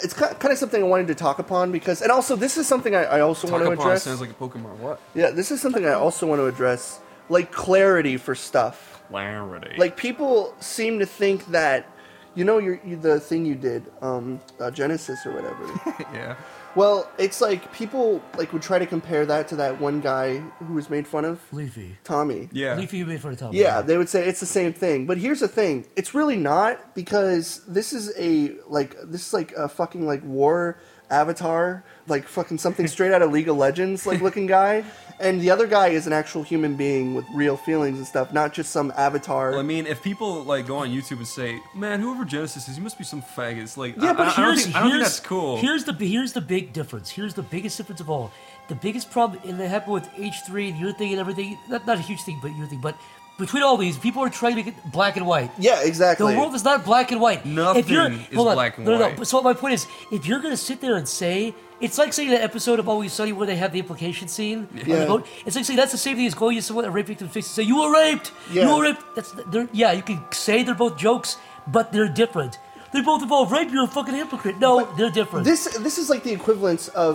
S4: it's kind of something I wanted to talk upon because, and also this is something I, I also want to
S3: Takapon
S4: address.
S3: sounds like a Pokemon. *laughs* What?
S4: Yeah, this is something I also want to address, like clarity for stuff.
S7: Clarity.
S4: Like people seem to think that, you know, your you, the thing you did, um, uh, Genesis
S3: *laughs*
S4: or whatever.
S3: Yeah.
S4: well, it's like people like would try to compare that to that one guy who was made fun of,
S1: Leafy.
S4: Tommy.
S3: Yeah.
S1: Leafy, you made fun of Tom.
S4: Yeah, they would say it's the same thing. But here's the thing: it's really not because this is a like this is like a fucking like war avatar, like fucking something straight out of League of Legends like looking guy, and the other guy is an actual human being with real feelings and stuff, not just some avatar.
S3: Well, I mean, if people like go on YouTube and say, "Man, whoever Genesis is, you must be some faggot." It's like,
S1: Yeah,
S3: I,
S1: but
S3: I, I don't
S1: here's,
S3: think, I don't think
S1: here's-
S3: that's cool.
S1: Here's the here's the big difference. Here's the biggest difference of all. The biggest problem, and that happened with H three and your thing and everything. Not not a huge thing, but your thing. But between all these, people are trying to make it black and white.
S4: yeah,
S1: The
S4: exactly.
S1: world is not black and white.
S3: Nothing
S1: if you're,
S3: is
S1: hold on.
S3: black and
S1: no, no, No,
S3: white.
S1: so my point is, if you're gonna sit there and say it's like saying that episode of Always Sunny where they have the implication scene. on the
S4: Yeah.
S1: boat. It's like saying that's the same thing as going to someone a rape victim's face and say you were raped.
S4: Yeah.
S1: You were raped. That's they're, yeah. You can say they're both jokes, but they're different. They both involve rape. You're a fucking hypocrite. No, they're different.
S4: This this is like the equivalence of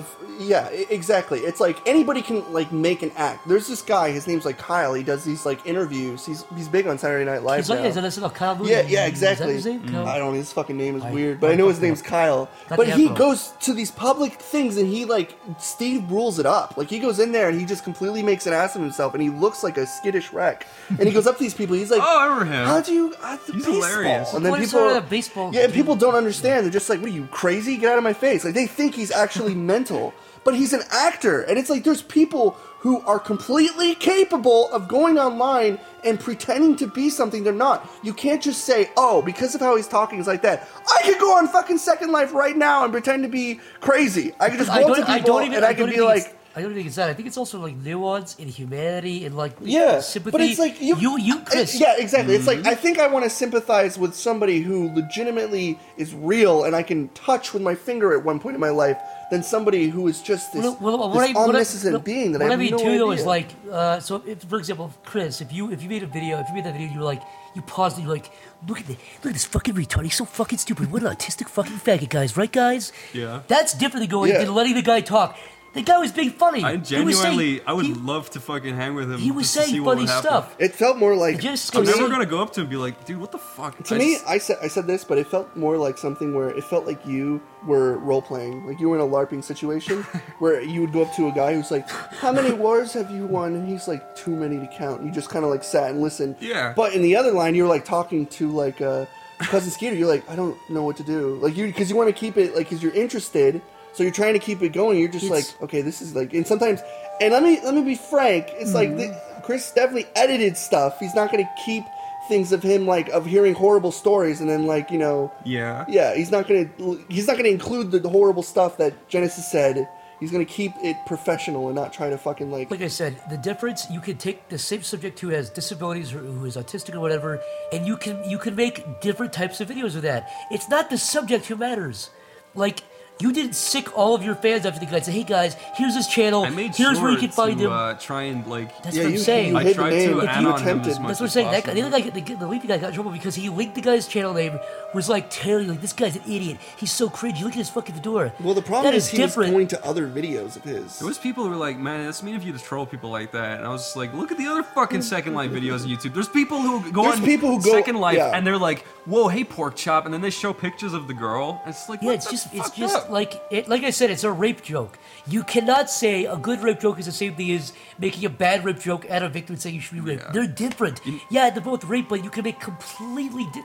S4: yeah, e- exactly. It's like anybody can like make an act. There's this guy, his name's like Kyle. He does these like interviews. He's he's big on Saturday Night Live.
S1: it's like
S4: now.
S1: is that a sort of Kyle Mooney?
S4: Yeah,
S1: Is
S4: yeah,
S1: that
S4: exactly. Mm.
S1: his name? Kyle-
S4: I don't. know, His fucking name is
S1: I-
S4: weird, but I know his name's Kyle.
S1: Got
S4: But
S1: the
S4: he
S1: afro.
S4: goes to these public things and he like Steve rules it up. Like he goes in there and he just completely makes an ass of himself and he looks like a skittish wreck. and he goes up to these people. He's like,
S3: *laughs* Oh, I remember him.
S4: How do you? Uh, the
S3: He's
S4: baseball.
S3: hilarious.
S4: And then
S1: What is
S4: people
S1: there with a baseball
S4: Yeah, and
S1: dude?
S4: people don't understand. They're just like, "What are you crazy? Get out of my face!" Like they think
S1: *laughs*
S4: he's actually mental, but he's an actor, and it's like there's people who are completely capable of going online and pretending to be something they're not. You can't just say, "Oh, because of how he's talking, he's like that." I could go on fucking Second Life right now and pretend to be crazy. I could just
S1: I
S4: go up to
S1: don't, e-
S4: people
S1: I don't even.
S4: and I
S1: don't
S4: could
S1: even
S4: be
S1: think
S4: like.
S1: it's- I don't think it's that. I think it's also like nuance and humanity and like
S4: yeah,
S1: sympathy.
S4: But it's like you,
S1: you, you,
S4: I-
S1: Chris. Mm-hmm.
S4: yeah, exactly. It's like I think I want to sympathize with somebody who legitimately is real and I can touch with my finger at one point in my life than somebody who is just this,
S1: Well, well, well,
S4: this
S1: what I, what I-
S4: omniscient
S1: what-
S4: being that
S1: what
S4: I
S1: I
S4: have
S1: mean
S4: no
S1: too,
S4: idea.
S1: though, is like, uh, so if, for example, Chris, if you if you made a video, if you made that video, you were like, you paused, and you're like, look at this, look at this fucking retard, he's so fucking stupid. What an autistic fucking faggot, guys, right, guys?
S3: Yeah.
S1: That's different than going
S4: Yeah.
S1: and letting the guy talk. The guy was being funny.
S3: I
S1: He was saying-
S3: genuinely, I would
S1: he-
S3: love to fucking hang with him.
S1: He was
S3: just to see
S1: saying
S3: what
S1: funny
S3: would happen.
S1: stuff.
S4: it felt more like
S1: Just
S4: to
S3: I'm
S1: goes-
S4: me,
S3: never gonna go up to him and be like, "Dude, what the fuck?"
S4: to
S3: I
S4: me,
S3: just-
S4: I said I said this, but it felt more like something where it felt like you were role playing, like you were in a
S1: *laughs*
S4: LARPing situation where you would go up to a guy who's like, "How many wars have you won?" and he's like, "Too many to count." And you just kind of like sat and listened.
S3: Yeah.
S4: But in the other line, you're like talking to like uh, cousin Skeeter. You're like, "I don't know what to do," like you because you want to keep it like because you're interested. So you're trying to keep it going. You're just
S1: It's-
S4: like, okay, this is like, and sometimes,
S1: Mm-hmm.
S4: and let me let me be frank. It's like th- Chris definitely edited stuff. He's not going to keep things of him like of hearing horrible stories and then like you know
S3: Yeah.
S4: yeah he's not gonna he's not gonna include the horrible stuff that Genesis said. He's gonna keep it professional and not try to fucking like
S1: Like I said, the difference you can take the same subject who has disabilities or who is autistic or whatever, and you can you can make different types of videos with that. It's not the subject who matters. Like you didn't sick all of your fans after the guy say, "Hey guys, here's his channel.
S3: I made
S1: here's
S3: sure
S1: where you can
S3: to,
S1: find him."
S3: Uh, try and like.
S1: That's
S4: yeah
S1: what I'm
S4: you,
S1: saying.
S4: you
S3: I
S4: hit the
S3: tried to
S4: name.
S3: add
S4: you
S3: on him
S4: attempted
S3: as much-
S1: That's what I'm
S3: as
S1: saying. That guy, the
S3: possible.
S1: other guy, the, the leafy guy got in trouble because he linked the guy's channel name. Was like Terry, like this guy's an idiot. He's so cringy. Look at his fucking fedora.
S4: well the problem
S1: That
S4: is,
S1: is
S4: he
S1: different.
S4: was going to other videos of his.
S3: There was people who were like, "Man, that's mean of you to troll people like that." And I was just like, "Look at the other fucking Second Life videos on YouTube. There's people who go
S4: There's
S3: on
S4: people who go-
S3: Second Life
S4: yeah.
S3: and they're like, "Whoa, hey pork chop," and then they show pictures of the girl. And it's like,
S1: Yeah,
S3: what
S1: it's
S3: the
S1: just it's
S3: fuck
S1: just
S3: up?
S1: like it, like I said, it's a rape joke. You cannot say a good rape joke is the same thing as making a bad rape joke at a victim and saying you should be raped.
S3: Yeah.
S1: They're different. yeah, they're both rape, but you can make completely. Di-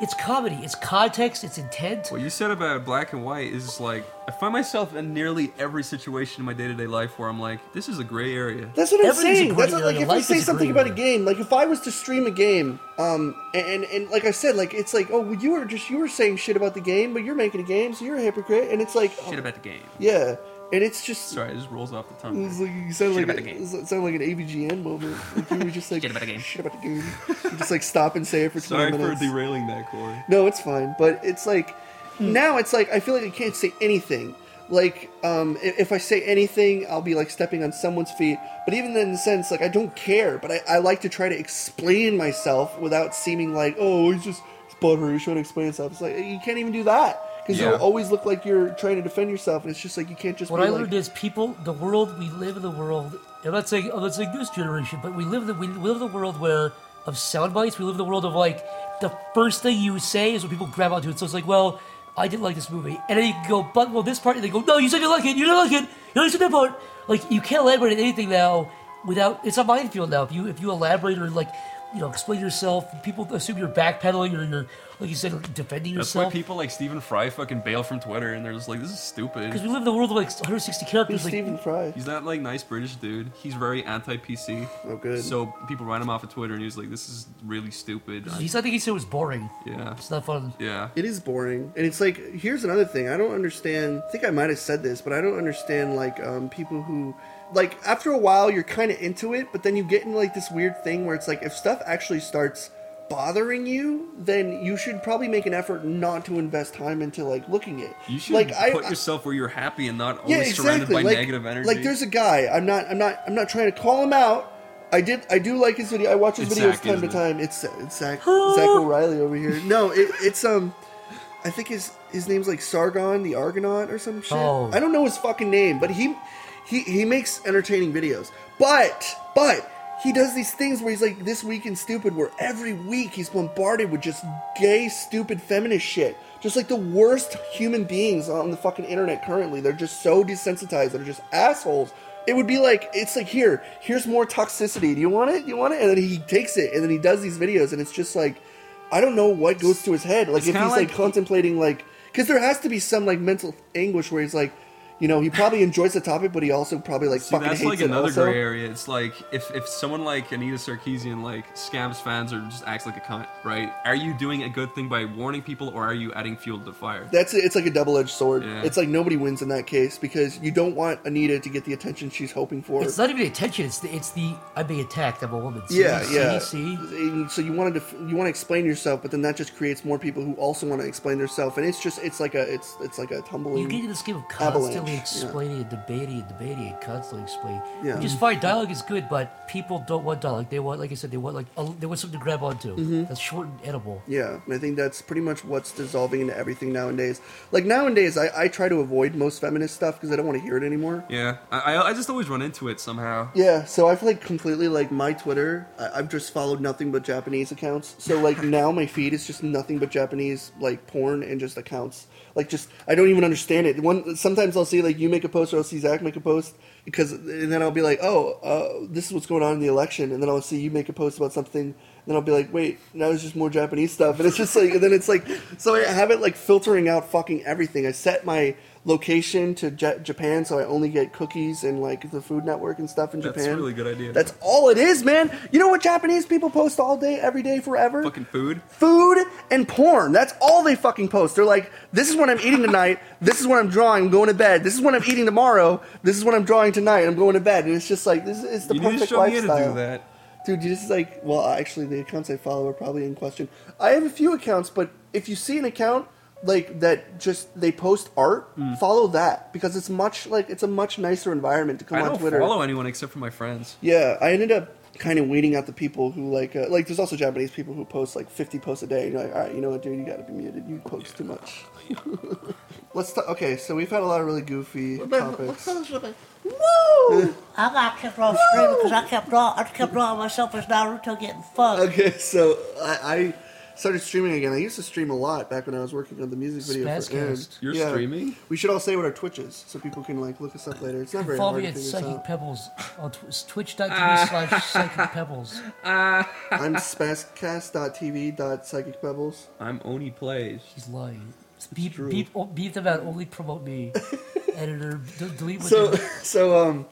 S1: it's comedy. It's context. It's intent.
S3: What you said about black and white is like I find myself in nearly every situation in my day-to-day life where I'm like, this is a gray area.
S4: That's what I'm
S1: Everything's
S4: saying.
S1: agreeing
S4: That's what,
S1: on
S4: like
S1: it.
S4: if I
S1: Life
S4: say
S1: is
S4: something
S1: agreeing
S4: about a
S1: on
S4: game, like if I was to stream a game, um, and and like I said, like it's like oh, well, you were just you were saying shit about the game, but you're making a game, so you're a hypocrite, and it's like oh,
S3: Shit about the game.
S4: yeah, and it's just
S3: Sorry, it just rolls off the
S4: it
S3: tongue.
S4: was like, you sound
S3: Shit
S4: like
S3: about
S4: a,
S3: the
S4: it
S3: game.
S4: was- it sounded like an AVGN moment. Like you were
S3: *laughs*
S4: just like
S3: Shit about the game.
S4: Shit about the game. You just like stop and say it for 20
S3: Sorry for
S4: minutes.
S3: derailing that, Corey.
S4: No, it's fine. But it's like
S1: Hmm.
S4: now it's like I feel like I can't say anything. Like um, i- if I say anything, I'll be like stepping on someone's feet. But even then, in the sense, like I don't care. But I, I like to try to explain myself without seeming like oh he's just it's butthurt. He's trying to explain himself. It's like you can't even do that because
S3: Yeah.
S4: you'll always look like you're trying to defend yourself, and it's just like you can't just.
S1: What
S4: be
S1: I
S4: like,
S1: learned is people, the world we live in, the world. I'm not saying I'm not saying this generation, but we live in the, we live in the world where of sound bites. We live in the world of like the first thing you say is what people grab onto it. So it's like, well, I didn't like this movie, and then you can go, but well, this part, and they go, no, you said you like it, you didn't like it, you only said that part. Like you can't elaborate on anything now without it's a minefield now. If you if you elaborate or like you know explain yourself, people assume you're backpedaling or you're like you said defending
S3: That's
S1: yourself.
S3: why people like Stephen Fry fucking bail from Twitter and they're just like, this is
S1: because
S3: stupid.
S1: we live in the world of like 160 characters.
S4: Who's
S1: Like,
S4: Stephen Fry?
S3: He's that like nice British dude. He's very anti-PC.
S4: Oh, good.
S3: So people write him off of Twitter and he was like, this is really stupid. I-
S1: He's, I think he said it was boring.
S3: Yeah.
S1: It's not fun.
S3: yeah.
S4: It is boring, and it's like here's another thing. I don't understand. I think I might have said this, but I don't understand like um, people who like after a while you're kind of into it, but then you get into like this weird thing where it's like if stuff actually starts bothering you, then you should probably make an effort not to invest time into like looking it.
S3: You should
S4: like
S3: put yourself where you're happy and not always
S4: yeah,
S3: surrounded
S4: exactly.
S3: by
S4: like,
S3: negative energy.
S4: Like there's a guy. I'm not. I'm not. I'm not trying to call him out. I did. I do like his video. I watch his
S3: It's
S4: videos
S3: Zach,
S4: time
S3: isn't
S4: to
S3: it?
S4: time. It's it's Zach. Zach O'Reilly over here. No, it, it's um. I think his his name's like Sargon the Argonaut or some shit.
S1: Oh.
S4: I don't know his fucking name, but he he he makes entertaining videos. But but he does these things where he's like this week in stupid where every week he's bombarded with just gay stupid feminist shit. Just like the worst human beings on the fucking internet currently. They're just so desensitized. They're just assholes. It would be like it's like here, here's more toxicity. Do you want it? Do you want it? And then he takes it and then he does these videos and it's just like I don't know what goes to his head. Like
S3: It's
S4: if he's
S3: kinda
S4: like
S3: like-
S4: contemplating like because there has to be some like mental anguish where he's like you know he probably enjoys the topic but he also probably like
S3: See,
S4: fucking
S3: that's
S4: hates
S3: like
S4: it
S3: another
S4: also.
S3: gray area. It's like if, if someone like Anita Sarkeesian like scams fans or just acts like a cunt, right? Are you doing a good thing by warning people or are you adding fuel to the fire?
S4: that's it. it's like a double-edged sword
S3: Yeah.
S4: it's like nobody wins in that case because you don't want anita to get the attention she's hoping for
S1: It's not even attention. It's the it's the I'm being attacked. I'm a woman. See,
S4: yeah
S1: see,
S4: yeah
S1: See,
S4: And so you want to def- you want to explain yourself but then that just creates more people who also want to explain themselves and it's just it's like a it's it's like a tumbling
S1: you get into this game of constantly
S4: Avalanche,
S1: explaining and debating and debating and constantly explaining.
S4: Yeah.
S1: Which is fine. Dialogue is good, but people don't want dialogue. They want, like I said, they want like a, they want something to grab onto
S4: Mm-hmm.
S1: that's short and edible.
S4: Yeah, and I think that's pretty much what's dissolving into everything nowadays. Like nowadays, I, I try to avoid most feminist stuff because I don't want to hear it anymore.
S3: Yeah, I, I, I just always run into it somehow.
S4: Yeah, so I've like completely like my Twitter. I, I've just followed nothing but Japanese accounts. So like now my feed is just nothing but Japanese like porn and just accounts. Like just I don't even understand it. One sometimes I'll see like you make a post or I'll see Zach make a post because and then I'll be like, oh, uh, this is what's going on in the election, and then I'll see you make a post about something. Then I'll be like, wait, now there's just more Japanese stuff, and it's just like, and then it's like, so I have it like filtering out fucking everything. I set my location to Ja- Japan, so I only get cookies and like the Food Network and stuff in
S3: That's
S4: Japan.
S3: a really good idea.
S4: That's all it is, man. You know what Japanese people post all day, every day, forever?
S3: fucking food.
S4: food and porn. That's all they fucking post. They're like, this is what I'm eating tonight. This is what I'm drawing. I'm going to bed. This is what I'm eating tomorrow. This is what I'm drawing tonight. I'm going to bed. And it's just like, this is it's the
S3: you need to
S4: perfect
S3: show me how
S4: lifestyle.
S3: to do that.
S4: Dude, you just like, well, actually, the accounts I follow are probably in question. I have a few accounts, but if you see an account like that, just they post art,
S3: Mm.
S4: follow that because it's much like it's a much nicer environment to come
S3: I
S4: on
S3: don't
S4: Twitter.
S3: follow anyone except for my friends.
S4: Yeah, I ended up kind of weeding out the people who like uh, like. There's also Japanese people who post like 50 posts a day. And you're like, all right, you know what, dude, you got to be muted. You post
S3: *laughs*
S4: too much. Let's t- okay. So we've had a lot of really goofy
S3: *laughs*
S4: topics.
S8: I'm not kept on screaming because I kept draw. I kept drawing myself as Naruto getting fucked.
S4: Okay, so I, I started streaming again. I used to stream a lot back when I was working on the music video for Aaron.
S1: Spazcast.
S3: You're
S4: Yeah.
S3: streaming?
S4: We should all say what our Twitch is, so people can like look us up later. It's not very
S1: Follow
S4: hard
S1: me at
S4: to figure this
S1: Psychic
S4: out.
S1: Pebbles on tw- it's twitch.tv slash Psychic Pebbles.
S4: I'm spazcast.tv.psychicpebbles.
S3: I'm Oni Plays.
S1: He's lying. Beep, beep, oh, beep them out. Only promote
S4: *laughs*
S1: me. Editor, d- delete what
S4: so
S1: you
S4: *laughs* so um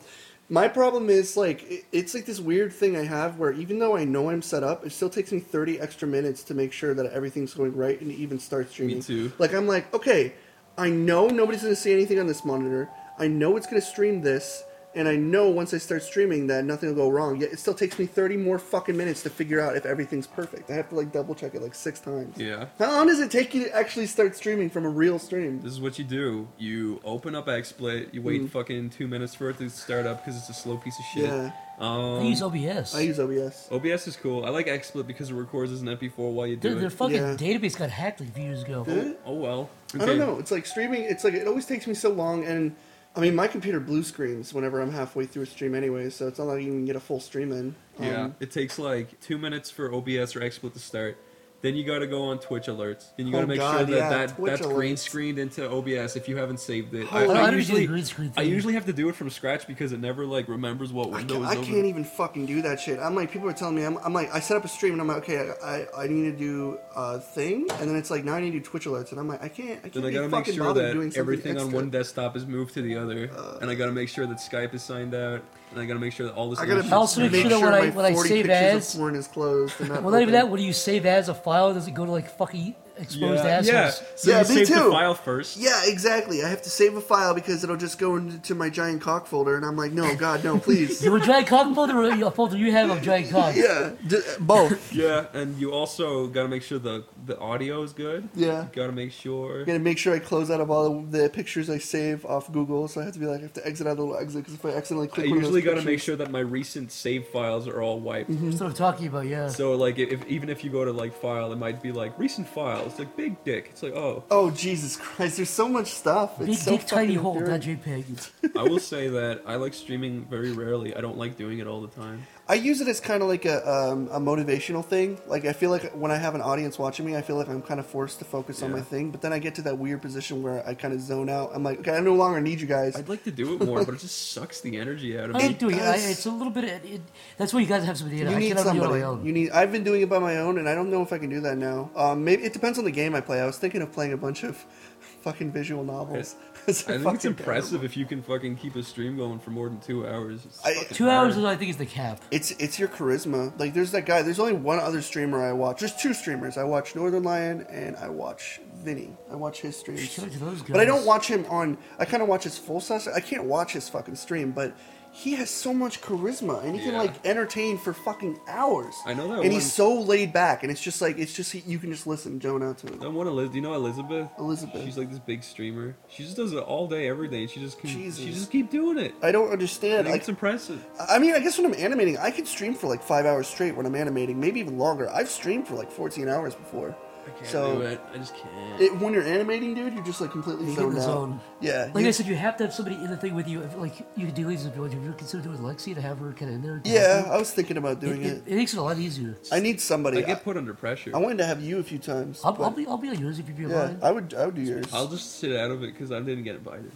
S4: my problem is like it- it's like this weird thing i have where even though i know i'm set up it still takes me 30 extra minutes to make sure that everything's going right and even start streaming
S3: too.
S4: like i'm like okay i know nobody's going to see anything on this monitor i know it's going to stream this and i know once i start streaming that nothing will go wrong yet it still takes me 30 more fucking minutes to figure out if everything's perfect i have to like double check it like six times
S3: Yeah.
S4: how long does it take you to actually start streaming from a real stream
S3: This is what you do. You open up XSplit. You
S4: Mm.
S3: wait fucking two minutes for it to start up because it's a slow piece of shit.
S4: yeah
S1: I use OBS.
S4: Um, i use obs
S3: OBS is cool. I like XSplit because it records as an MP4 while you do
S1: Their,
S3: it.
S1: their fucking
S4: Yeah.
S1: database got hacked like a few years ago.
S3: oh well.
S4: I don't
S3: Okay.
S4: know. It's like streaming. It's like it always takes me so long, and I mean, my computer blue screens whenever I'm halfway through a stream anyway, so it's not like you can get a full stream in. Um,
S3: Yeah, it takes like two minutes for OBS or XSplit to start. Then you got to go on Twitch alerts, and you got to
S4: Oh,
S3: make sure
S4: God,
S3: that,
S4: yeah,
S3: that
S4: Twitch
S3: that's green
S4: alerts. Oh,
S3: screened into OBS if you haven't saved it.
S1: I don't
S3: I,
S1: understand the
S3: usually
S1: green screen
S3: I
S1: thing.
S3: usually have to do it from scratch because it never like remembers what
S4: I
S3: window
S4: can't,
S3: is
S4: I
S3: open.
S4: can't even fucking do that shit. I'm like, people are telling me, I'm, I'm like, I set up a stream and I'm like, okay, I, I, I need to do a thing, and then it's like, now I need to do Twitch alerts, and I'm like, I can't, I can't
S3: Then I
S4: be
S3: gotta
S4: fucking
S3: make sure
S4: bothered
S3: that
S4: doing something
S3: everything on
S4: extra. Uh,
S3: one desktop is moved to the other, and I gotta make sure that Skype is signed out, and I gotta make sure that all this.
S4: I gotta
S3: is-
S1: Also make sure that when I-
S4: my
S1: when I
S4: 40
S1: save
S4: pictures
S1: ads-
S4: of porn is closed. And not
S1: Well, not even
S4: open.
S1: that. What do you save as a file? Does it go to like fucking exposed
S3: yeah,
S1: assholes?
S3: yeah. So
S4: Yeah,
S3: you
S4: me
S3: save
S4: too.
S3: the file first.
S4: Yeah, exactly. I have to save a file because it'll just go into my giant cock folder, and I'm like, no, God, no, please.
S1: Your giant cock folder, or a folder you have of giant cock.
S4: yeah, d- both.
S3: Yeah, and you also gotta make sure the the audio is good.
S4: *laughs* Yeah.
S3: you gotta make sure.
S4: I'm gonna make sure I close out of all the, the pictures I save off Google, so I have to be like, I have to exit out of the little exit because if I accidentally
S3: I
S4: click, one
S3: usually
S4: of those Mm-hmm.
S3: gotta make
S4: pictures-
S3: sure that my recent save files are all wiped.
S1: That's what I'm talking about. Yeah.
S3: So like, if even if you go to like file, it might be like recent files, like big dick. It's like,
S4: *laughs*
S3: oh,
S4: Oh Jesus Christ! There's so much stuff. It's
S1: Big
S4: so
S1: dick, tiny
S4: fucking
S1: hole. Not
S4: infuriating.
S1: JPEG.
S3: I will say that I like streaming very rarely. I don't like doing it all the time.
S4: I use it as kind of like a um, a motivational thing. Like I feel like when I have an audience watching me, I feel like I'm kind of forced to focus on
S3: Yeah.
S4: my thing. But then I get to that weird position where I kind of zone out. I'm like, okay, I no longer need you guys.
S3: I'd like to do it more, but it just sucks the energy out of
S1: I
S3: me.
S1: like doing it. I,
S4: Because-
S1: it's a little bit. It, it, that's why you guys have some data.
S4: You
S1: I
S4: need
S1: cannot do it on
S4: somebody.
S1: my own.
S4: You need. I've been doing it by my own, and I don't know if I can do that now. Um, maybe it depends on the game I play. I was thinking of playing a bunch of *laughs* fucking visual novels.
S3: I
S4: *laughs*
S3: think it's impressive if you can fucking keep a stream going for more than two hours. It's
S4: I-
S3: fucking
S1: Two hours is, I
S3: hard.
S1: think, is the cap.
S4: It's it's your charisma. Like there's that guy. There's only one other streamer I watch. There's two streamers. I watch Northern Lion and I watch Vinny. I watch his streams.
S1: Shout out to those guys.
S4: But I don't watch him on. I kind of watch his full session. I can't watch his fucking stream, but. He has so much charisma, and he can
S3: Yeah.
S4: like entertain for fucking hours.
S3: I know that
S4: And he's so laid back, and it's just like it's just you can just listen, zone out to him.
S3: That one, Eliz- do you know Elizabeth?
S4: Elizabeth.
S3: She's like this big streamer. She just does it all day, every day, and she just can, she
S4: Jesus. uh,
S3: just keep doing it.
S4: I don't
S3: I
S4: understand.
S3: think
S4: I,
S3: it's impressive.
S4: I mean, I guess when I'm animating, I can stream for like five hours straight when I'm animating, maybe even longer. I've streamed for like 14 hours before.
S3: I can't
S4: so
S3: do it. I just can't.
S4: It, when you're animating, dude, you're just like completely
S1: You get in
S4: zoned
S1: the
S4: out.
S1: zone.
S4: Yeah.
S1: Like
S4: you-
S1: I said, you have to have somebody in the thing with you. If, like you could do these if you want to. Would you consider doing Lexi to have her kind of in there?
S4: yeah, I was thinking about doing
S1: it,
S4: it.
S1: it, it makes it a lot easier.
S4: I need
S3: I
S4: somebody. I,
S3: get put under pressure.
S4: I wanted to have you a few times.
S1: I'll,
S4: but-
S1: I'll be I'll be on yours if you would be
S4: yeah,
S1: mine.
S4: I would. I would do yours. *laughs*
S3: I'll just sit out of it because I didn't get invited.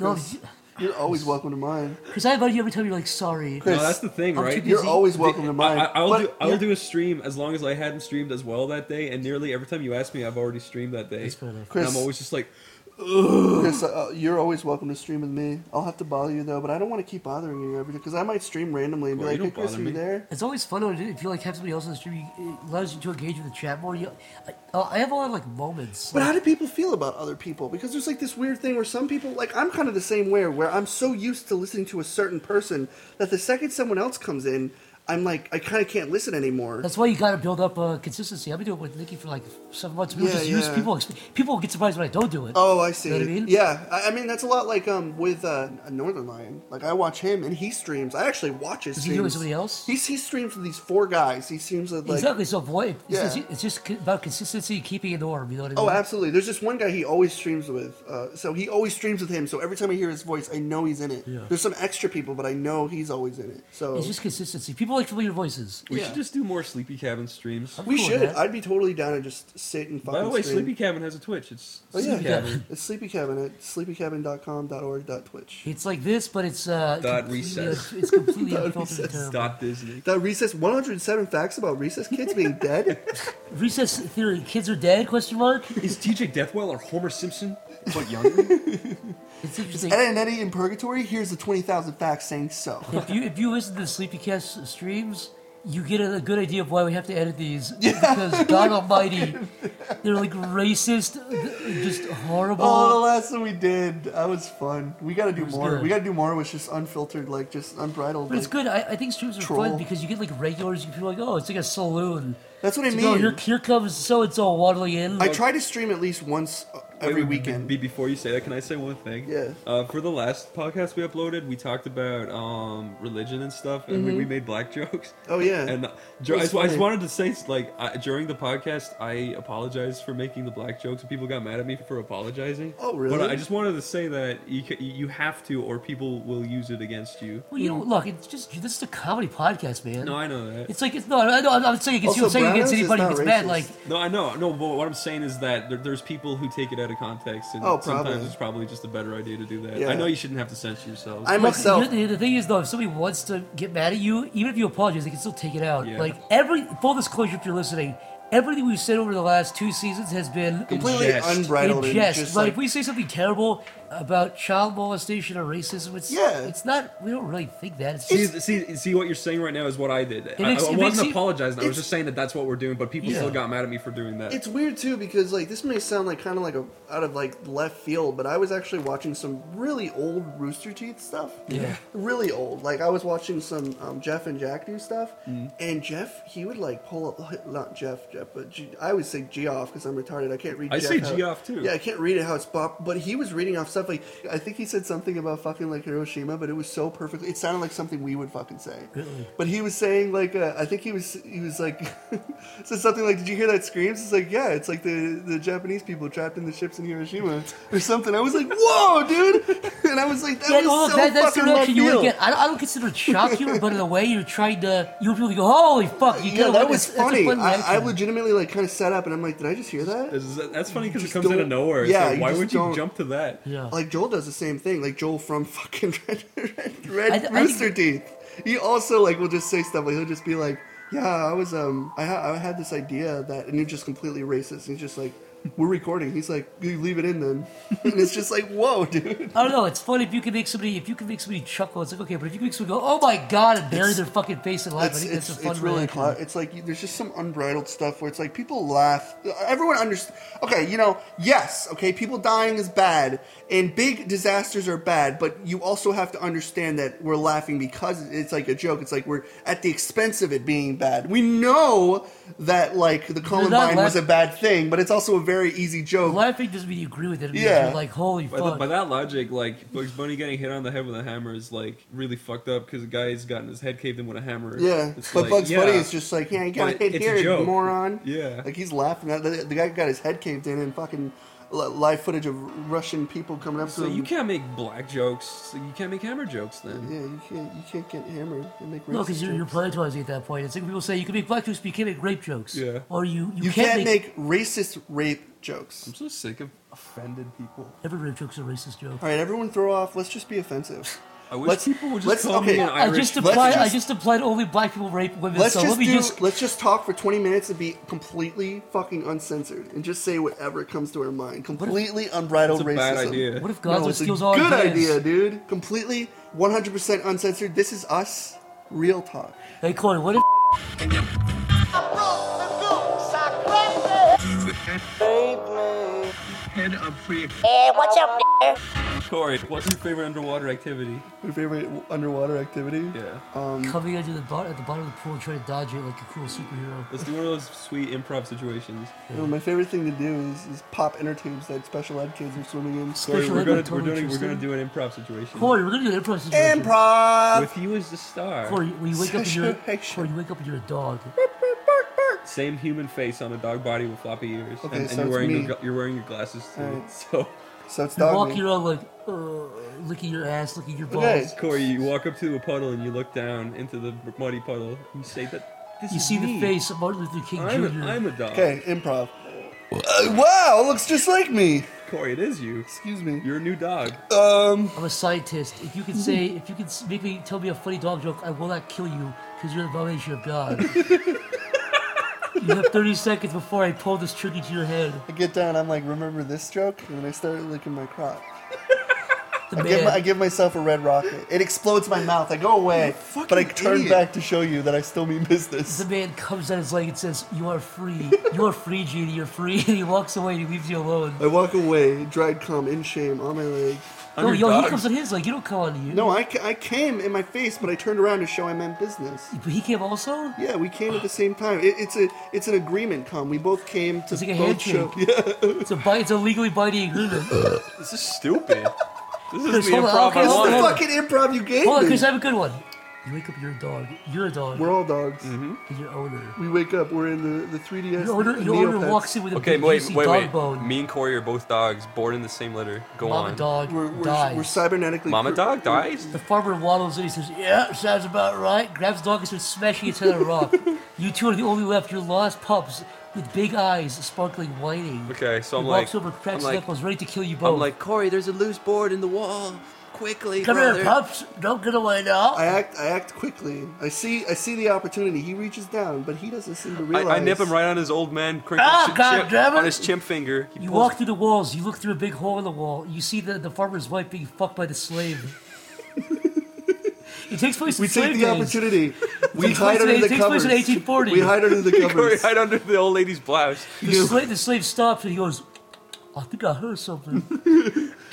S1: No,
S4: You're always welcome to mine.
S1: Because I invite you every time you're like, sorry.
S3: No, that's the thing,
S1: I'm too
S3: right?
S1: busy.
S4: You're always welcome to mine.
S3: I, will
S4: But
S3: do, I'll
S4: you're-
S3: do a stream as long as I hadn't streamed as well that day, and nearly every time you ask me, I've already streamed that day.
S1: That's fair enough.
S3: And
S4: Chris-
S3: I'm always just like,
S4: Chris, uh, you're always welcome to stream with me. I'll have to bother you though, but I don't want to keep bothering you every day because I might stream randomly and be
S3: Well,
S4: like,
S3: you
S4: "Hey,
S3: don't
S4: Chris, are
S3: bother
S4: you
S3: me.
S4: there?"
S1: It's always fun when you- if you like have somebody else on the stream. you- It allows you to engage with the chat more. You, I, I have a lot of like moments.
S4: But
S1: like-
S4: how do people feel about other people? Because there's like this weird thing where some people, like I'm kind of the same way, where I'm so used to listening to a certain person that the second someone else comes in, I'm like, I kind of can't listen anymore.
S1: that's why you got to build up uh, consistency. I've been doing it with Nikki for like seven months. People
S4: Yeah,
S1: just use
S4: yeah.
S1: people. exp- People get surprised when I don't do it.
S4: Oh, I see.
S1: You know what I mean?
S4: Yeah, I, I mean that's a lot like um with uh, a Northern Lion. Like I watch him and he streams. I actually watch his
S1: Does he
S4: streams.
S1: do it with somebody else?
S4: He's, he streams with these four guys. He seems like
S1: exactly. So avoid. It's,
S4: Yeah.
S1: just, it's just c- about consistency, keeping it norm. You know what I mean?
S4: Oh, absolutely. There's just one guy he always streams with. Uh, so he always streams with him. So every time I hear his voice, I know he's in it. There's some extra people, but I know he's always in it. So
S1: It's just consistency. People like familiar voices.
S3: we
S4: Yeah.
S3: should just do more Sleepy Cabin streams.
S1: I'm
S4: we
S1: cool with
S4: should.
S1: that.
S4: I'd be totally down to just sit and fucking
S3: By the way,
S4: stream.
S3: Sleepy Cabin has a Twitch. It's
S4: Oh, yeah.
S3: Sleepy
S4: *laughs*
S3: Cabin.
S4: It's Sleepy Cabin at sleepycabin.com.org.twitch.
S1: It's like this, but it's uh,
S3: Dot
S1: completely-
S3: recess.
S1: It's
S4: *laughs*
S1: completely unfiltered. and
S4: recess.
S1: terrible.
S3: Dot Disney.
S4: That recess 107 facts about recess kids being
S3: *laughs*
S4: dead.
S1: Recess theory: kids are dead? Question mark.
S3: Is DJ Deathwell or Homer Simpson,
S4: *laughs*
S3: but younger?
S1: It's interesting.
S4: Ed and Eddie in purgatory. Here's the 20,000 facts saying so.
S1: if you if you listen to the Sleepycast streams, you get a, a good idea of why we have to edit
S4: *laughs*
S1: these because God Almighty, they're like racist, th- just horrible.
S4: Oh, the last one we did. That was fun. We got to do
S1: was
S4: more.
S1: good.
S4: We got to do more with just unfiltered, like just unbridled.
S1: but it's
S4: like-
S1: good. I, I think streams are
S4: Troll.
S1: fun because you get like regulars. You feel like, oh, it's like a saloon.
S4: That's what I
S1: It's
S4: mean.
S1: like, oh, here, here comes so and so waddling in.
S4: I try to stream at least once uh, every
S3: Wait,
S4: weekend.
S3: Be, before you say that, can I say one thing?
S4: Yeah.
S3: Uh, for the last podcast we uploaded, we talked about um, religion and stuff, and we, we made black *laughs* jokes.
S4: Mm-hmm. Oh, yeah.
S3: And uh, Joe, I,
S4: That's
S3: just- I just
S4: funny.
S3: wanted to say, like, I, during the podcast, I apologized for making the black jokes, and people got mad at me for apologizing.
S4: Oh, really?
S3: But I just wanted to say that you ca- you have to, or people will use it against you.
S1: Well, you know, look, it's just this is a comedy podcast, man.
S3: No, I know that.
S1: It's like it's no, no, no I'm not saying against you. I'm
S4: Also,
S1: saying against
S4: Brownos is
S1: anybody
S4: not
S1: who's bad.
S4: racist.
S1: Like
S3: No, I know. No, but what I'm saying is that there, there's people who take it out of context, and
S4: Oh,
S3: sometimes
S4: probably.
S3: it's probably just a better idea to do that.
S4: Yeah.
S3: I know you shouldn't have to censor yourself.
S4: I
S1: Look,
S4: myself,
S1: the, the thing is, though, if somebody wants to get mad at you, even if you apologize, they can still take it out.
S3: Yeah.
S1: Like every full disclosure, if you're listening, everything we've said over the last two seasons has been
S4: completely
S3: Ingest.
S4: unbridled,
S1: in
S4: and
S1: jest.
S4: just
S1: like,
S4: like,
S1: if we say something terrible about child molestation or racism, it's
S4: Yeah.
S1: it's not. We don't really think that. It's
S3: See,
S1: just,
S3: see, see what you're saying right now is what I did. I,
S1: makes-
S3: I
S1: it makes
S3: wasn't
S1: you-
S3: apologizing. I was
S4: it's-
S3: just saying that that's what we're doing, but people
S1: Yeah.
S3: still got mad at me for doing that.
S4: it's weird too because like this may sound like kind of like a out of like left field, but I was actually watching some really old Rooster Teeth stuff.
S1: Yeah.
S4: really old. Like I was watching some um, Jeff and Jack do stuff,
S3: Mm.
S4: and Jeff he would like pull up *laughs* not Jeff Jeff, but G, I would say Geoff because I'm retarded. I can't read.
S3: I
S4: Jeff
S3: say
S4: how-
S3: Geoff, too.
S4: Yeah, I can't read it how it's bop, but he was reading off stuff like I think he said something about fucking like Hiroshima, but it was so perfectly. It sounded like something we would fucking say. But he was saying like uh, I think he was he was like *laughs* said something like Did you hear that screams? It's like yeah, it's like the the Japanese people trapped in the ships in Hiroshima or something. I was like whoa, dude, *laughs* and I was like that
S1: yeah,
S4: was
S1: well,
S4: so
S1: that, that's the
S4: fucking left
S1: reaction you would
S4: field.
S1: get. I don't, I don't consider it
S4: *laughs*
S1: shock humor, but in a way, you're trying to you want people to go, "Holy fuck!" You
S4: yeah,
S1: kinda
S4: that
S1: want- it's-
S4: was
S1: it's a
S4: funny.
S1: fun
S4: I, I
S1: reaction.
S4: legitimately like kind of sat up and I'm like, did I just hear that?
S3: It's- that's funny because it
S4: just
S3: comes out of
S4: don't-
S3: nowhere. It's
S4: yeah,
S3: like,
S4: you
S3: why
S4: just
S3: would you
S4: don't-
S3: jump to that?
S1: Yeah.
S4: Like Joel does the same thing. Like Joel from *laughs* fucking Red, Red, Red
S1: I th- I
S4: Rooster Teeth. He also like will just say stuff like he'll just be like, yeah, I was um, I, ha- I had this idea that, and you're just completely racist. He's just like. We're recording. He's like, you leave it in then, *laughs* and it's just like, whoa, dude.
S1: I don't know. It's funny if you can make somebody if you can make somebody chuckle. It's like okay, but if you can make somebody go, "Oh my god!" and bury
S4: It's-
S1: their fucking face in life, I
S4: It's,
S1: think
S4: it's,
S1: that's a fun
S4: it's really
S1: reaction.
S4: cla- it's like you- there's just some unbridled stuff where it's like people laugh. Everyone understands. Okay, you know, yes, okay, people dying is bad and big disasters are bad, but you also have to understand that we're laughing because it's like a joke. It's like we're at the expense of it being bad. We know that like the Columbine was a
S1: laugh-
S4: bad thing, but it's also a very easy joke.
S1: Laughing doesn't mean you agree with it. It means
S4: Yeah.
S1: you're like, "Holy
S3: By, the,
S1: fuck!"
S3: by that logic, like Bugs Bunny getting hit on the head with a hammer is like really fucked up because a guy's gotten his head caved in with a hammer.
S4: Yeah,
S3: It's
S4: but
S3: like,
S4: Bugs Bunny
S3: yeah.
S4: is just like, yeah, you got
S3: But
S4: hit
S3: it's a
S4: here, you
S3: joke.
S4: moron.
S3: Yeah.
S4: like he's laughing. At, the, the guy got his head caved in and fucking li- live footage of Russian people coming up
S3: So
S4: to him.
S3: you can't make black jokes. So you can't make hammer jokes then.
S4: Yeah, you can't. You can't get hammered and make racist
S1: No, because you're, you're
S4: jokes.
S1: plagiarizing at that point. It's like people say you can make black jokes, but you can't make rape jokes.
S3: Yeah.
S1: Or you, you,
S4: You can't make racist rape jokes.
S3: I'm so sick of offended people.
S1: Every rape joke's a racist joke.
S4: All right, everyone, throw off. Let's just be offensive.
S3: I wish
S4: Let's-
S3: people would just
S4: let's-
S3: call
S4: okay,
S3: me an
S1: I
S3: Irish.
S1: just
S4: let's
S1: applied. I
S4: just-
S1: just applied only black people rape women.
S4: Let's
S1: so
S4: just
S1: let me
S4: do,
S1: just.
S4: let's just talk for 20 minutes and be completely fucking uncensored and just say whatever comes to our mind. Completely unbridled
S3: That's a
S4: racism.
S3: bad idea.
S1: What if
S4: No,
S1: Gonzo
S4: it's a
S1: steals all
S4: good
S1: ideas?
S4: idea, dude. Completely 100% uncensored. This is us. Real talk.
S1: Hey, Corey, what if?
S8: Hey, what's up, nigga?
S3: Corey, what's your favorite underwater activity?
S4: My favorite w- underwater activity.
S3: Yeah.
S1: Coming into the bo- at the bottom of the pool and trying to dodge it like a cool superhero.
S3: Let's do one of those sweet improv situations.
S4: You know, my favorite thing to do is, is pop inner tubes that special ed kids are swimming in.
S3: Corey,
S1: Special
S3: we're
S1: ed
S3: gonna
S1: would
S3: we're
S1: totally
S3: doing we're
S1: choose
S3: gonna
S1: that.
S3: do an improv situation.
S1: Corey, we're gonna do an improv situation.
S4: Improv.
S3: With you as the star,
S1: Corey, when you wake up and you're
S4: Situation.
S1: Corey, you wake up and you're a dog.
S3: same human face on a dog body with floppy ears,
S4: Okay,
S3: and, and
S4: so
S3: you're
S4: it's
S3: wearing your,
S4: me.
S3: gla- you're wearing your glasses too.
S4: Alright.
S3: So,
S4: So it's
S1: You
S4: dog
S1: walk
S4: meat.
S1: around like uh, licking your ass, licking your balls.
S4: Okay.
S3: Corey, you walk up to a puddle and you look down into the muddy puddle. You say that this
S1: You
S3: is
S1: see the
S3: me.
S1: face of Martin Luther King
S3: I'm
S1: Jr.
S3: a, I'm a dog.
S4: Okay, improv. Uh, wow, looks just like me.
S3: Corey, it is you.
S4: Excuse me.
S3: You're a new dog.
S4: Um,
S1: I'm a scientist. If you can say, if you can s- make me tell me a funny dog joke, I will not kill you because you're the abomination of
S4: *laughs*
S1: God. you have 30 seconds before I pull this trigger to your head.
S4: I get down. I'm like, remember this joke? And then I start licking my crotch.
S1: The
S4: I give,
S1: man.
S4: my, I give myself a red rocket. It explodes my mouth. I go away, but I turn back to show you that I still mean business.
S1: the man comes down his leg and says, "You are free. You are free, Genie. You're free." *laughs* And he walks away and he leaves you alone.
S4: I walk away, dried cum in shame on my leg.
S1: No, yo,
S3: Underdog.
S1: he comes on his leg. You don't come on you.
S4: No, I, ca- I came in my face, but I turned around to show I meant business.
S1: but he came also.
S4: Yeah, we came at the same time. It, it's a it's an agreement, cum. We both came to
S1: It's like a
S4: both show.
S1: handshake. It's a bi- It's a legally binding agreement.
S3: This is stupid. this is
S1: Chris,
S3: the
S1: hold on,
S3: improv I
S1: Chris,
S4: What
S1: hold
S4: the
S1: on.
S3: wanted.
S4: fucking improv you gave
S1: Hold on,
S4: me?
S1: Chris. I have a good one. You wake up, you're a dog. You're a dog.
S4: We're all dogs.
S1: and your owner.
S4: We wake up. We're in the the 3ds.
S1: Your owner, your owner
S4: Neopets.
S1: walks in with a
S3: Okay,
S1: big
S3: wait,
S1: juicy
S3: wait,
S1: dog
S3: wait.
S1: bone.
S3: Me and Corey are both dogs, born in the same litter. Go
S1: Mama
S3: on.
S1: dog
S4: We're, we're,
S1: dies.
S4: we're cybernetically.
S3: Mama
S4: cr-
S3: dog dies.
S1: the farmer waddles in. He says, "Yeah, sounds about right." Grabs the dog and starts smashing its head on a
S4: *laughs*
S1: rock. you two are the only left. You're lost pups with big eyes, sparkling, whining.
S3: Okay, so I'm
S1: he
S3: like,
S1: walks over,
S3: I'm
S1: cracks his
S3: like,
S1: knuckles, ready to kill you both.
S3: I'm like, Corey, there's a loose board in the wall. Quickly,
S1: Come
S3: brother.
S1: here,
S3: *laughs*
S1: pups! Don't get away now.
S4: I act. I act quickly. I see. I see the opportunity. He reaches down, but he doesn't seem to
S3: I, I
S4: realize.
S3: nip him right on his old man crinkle
S1: Ah,
S3: chi-
S1: God
S3: chimp-
S1: damn it.
S3: on his chimp finger. He
S1: you
S3: pulls-
S1: walk through the walls. You look through a big hole in the wall. You see the, the farmer's wife being fucked by the slave. it takes place.
S4: We
S1: in slave
S4: take the
S1: days. *laughs*
S4: opportunity. We
S1: takes
S4: hide
S1: place in-
S4: under
S1: it
S4: the
S1: takes place
S4: covers.
S1: in 1840.
S4: We hide under
S3: *laughs* *laughs*
S4: the
S3: Corey
S4: covers.
S3: right under the old lady's blouse.
S1: The, sla- the slave stops and he goes, "I think I heard something."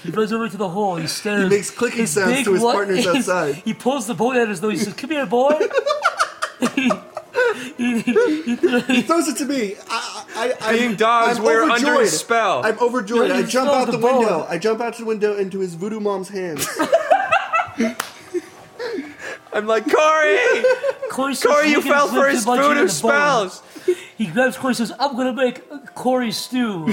S1: he runs over to the hole. He stares. He
S4: makes clicking sounds to his
S1: *laughs*
S4: partners outside.
S1: He pulls the boat out of his nose. He says, "Come here, boy."
S4: He throws it to me. I, I, I,
S3: Being dogs,
S4: I'm
S3: we're
S4: overjoyed.
S3: under his spell.
S4: I'm overjoyed.
S1: No,
S4: I
S1: you
S4: jump
S1: stole
S4: out
S1: the
S4: the, window.
S1: ball.
S4: I jump out the window into his voodoo mom's hands. *laughs*
S3: I'm like,
S1: *laughs*
S3: Corey,
S1: Corey, starts
S3: Corey, you
S1: licking
S3: fell
S1: his lips
S3: for
S1: and
S3: his
S1: munching on
S3: voodoo
S1: the bone.
S3: spells.
S1: He grabs Corey and says, I'm gonna make Corey stew.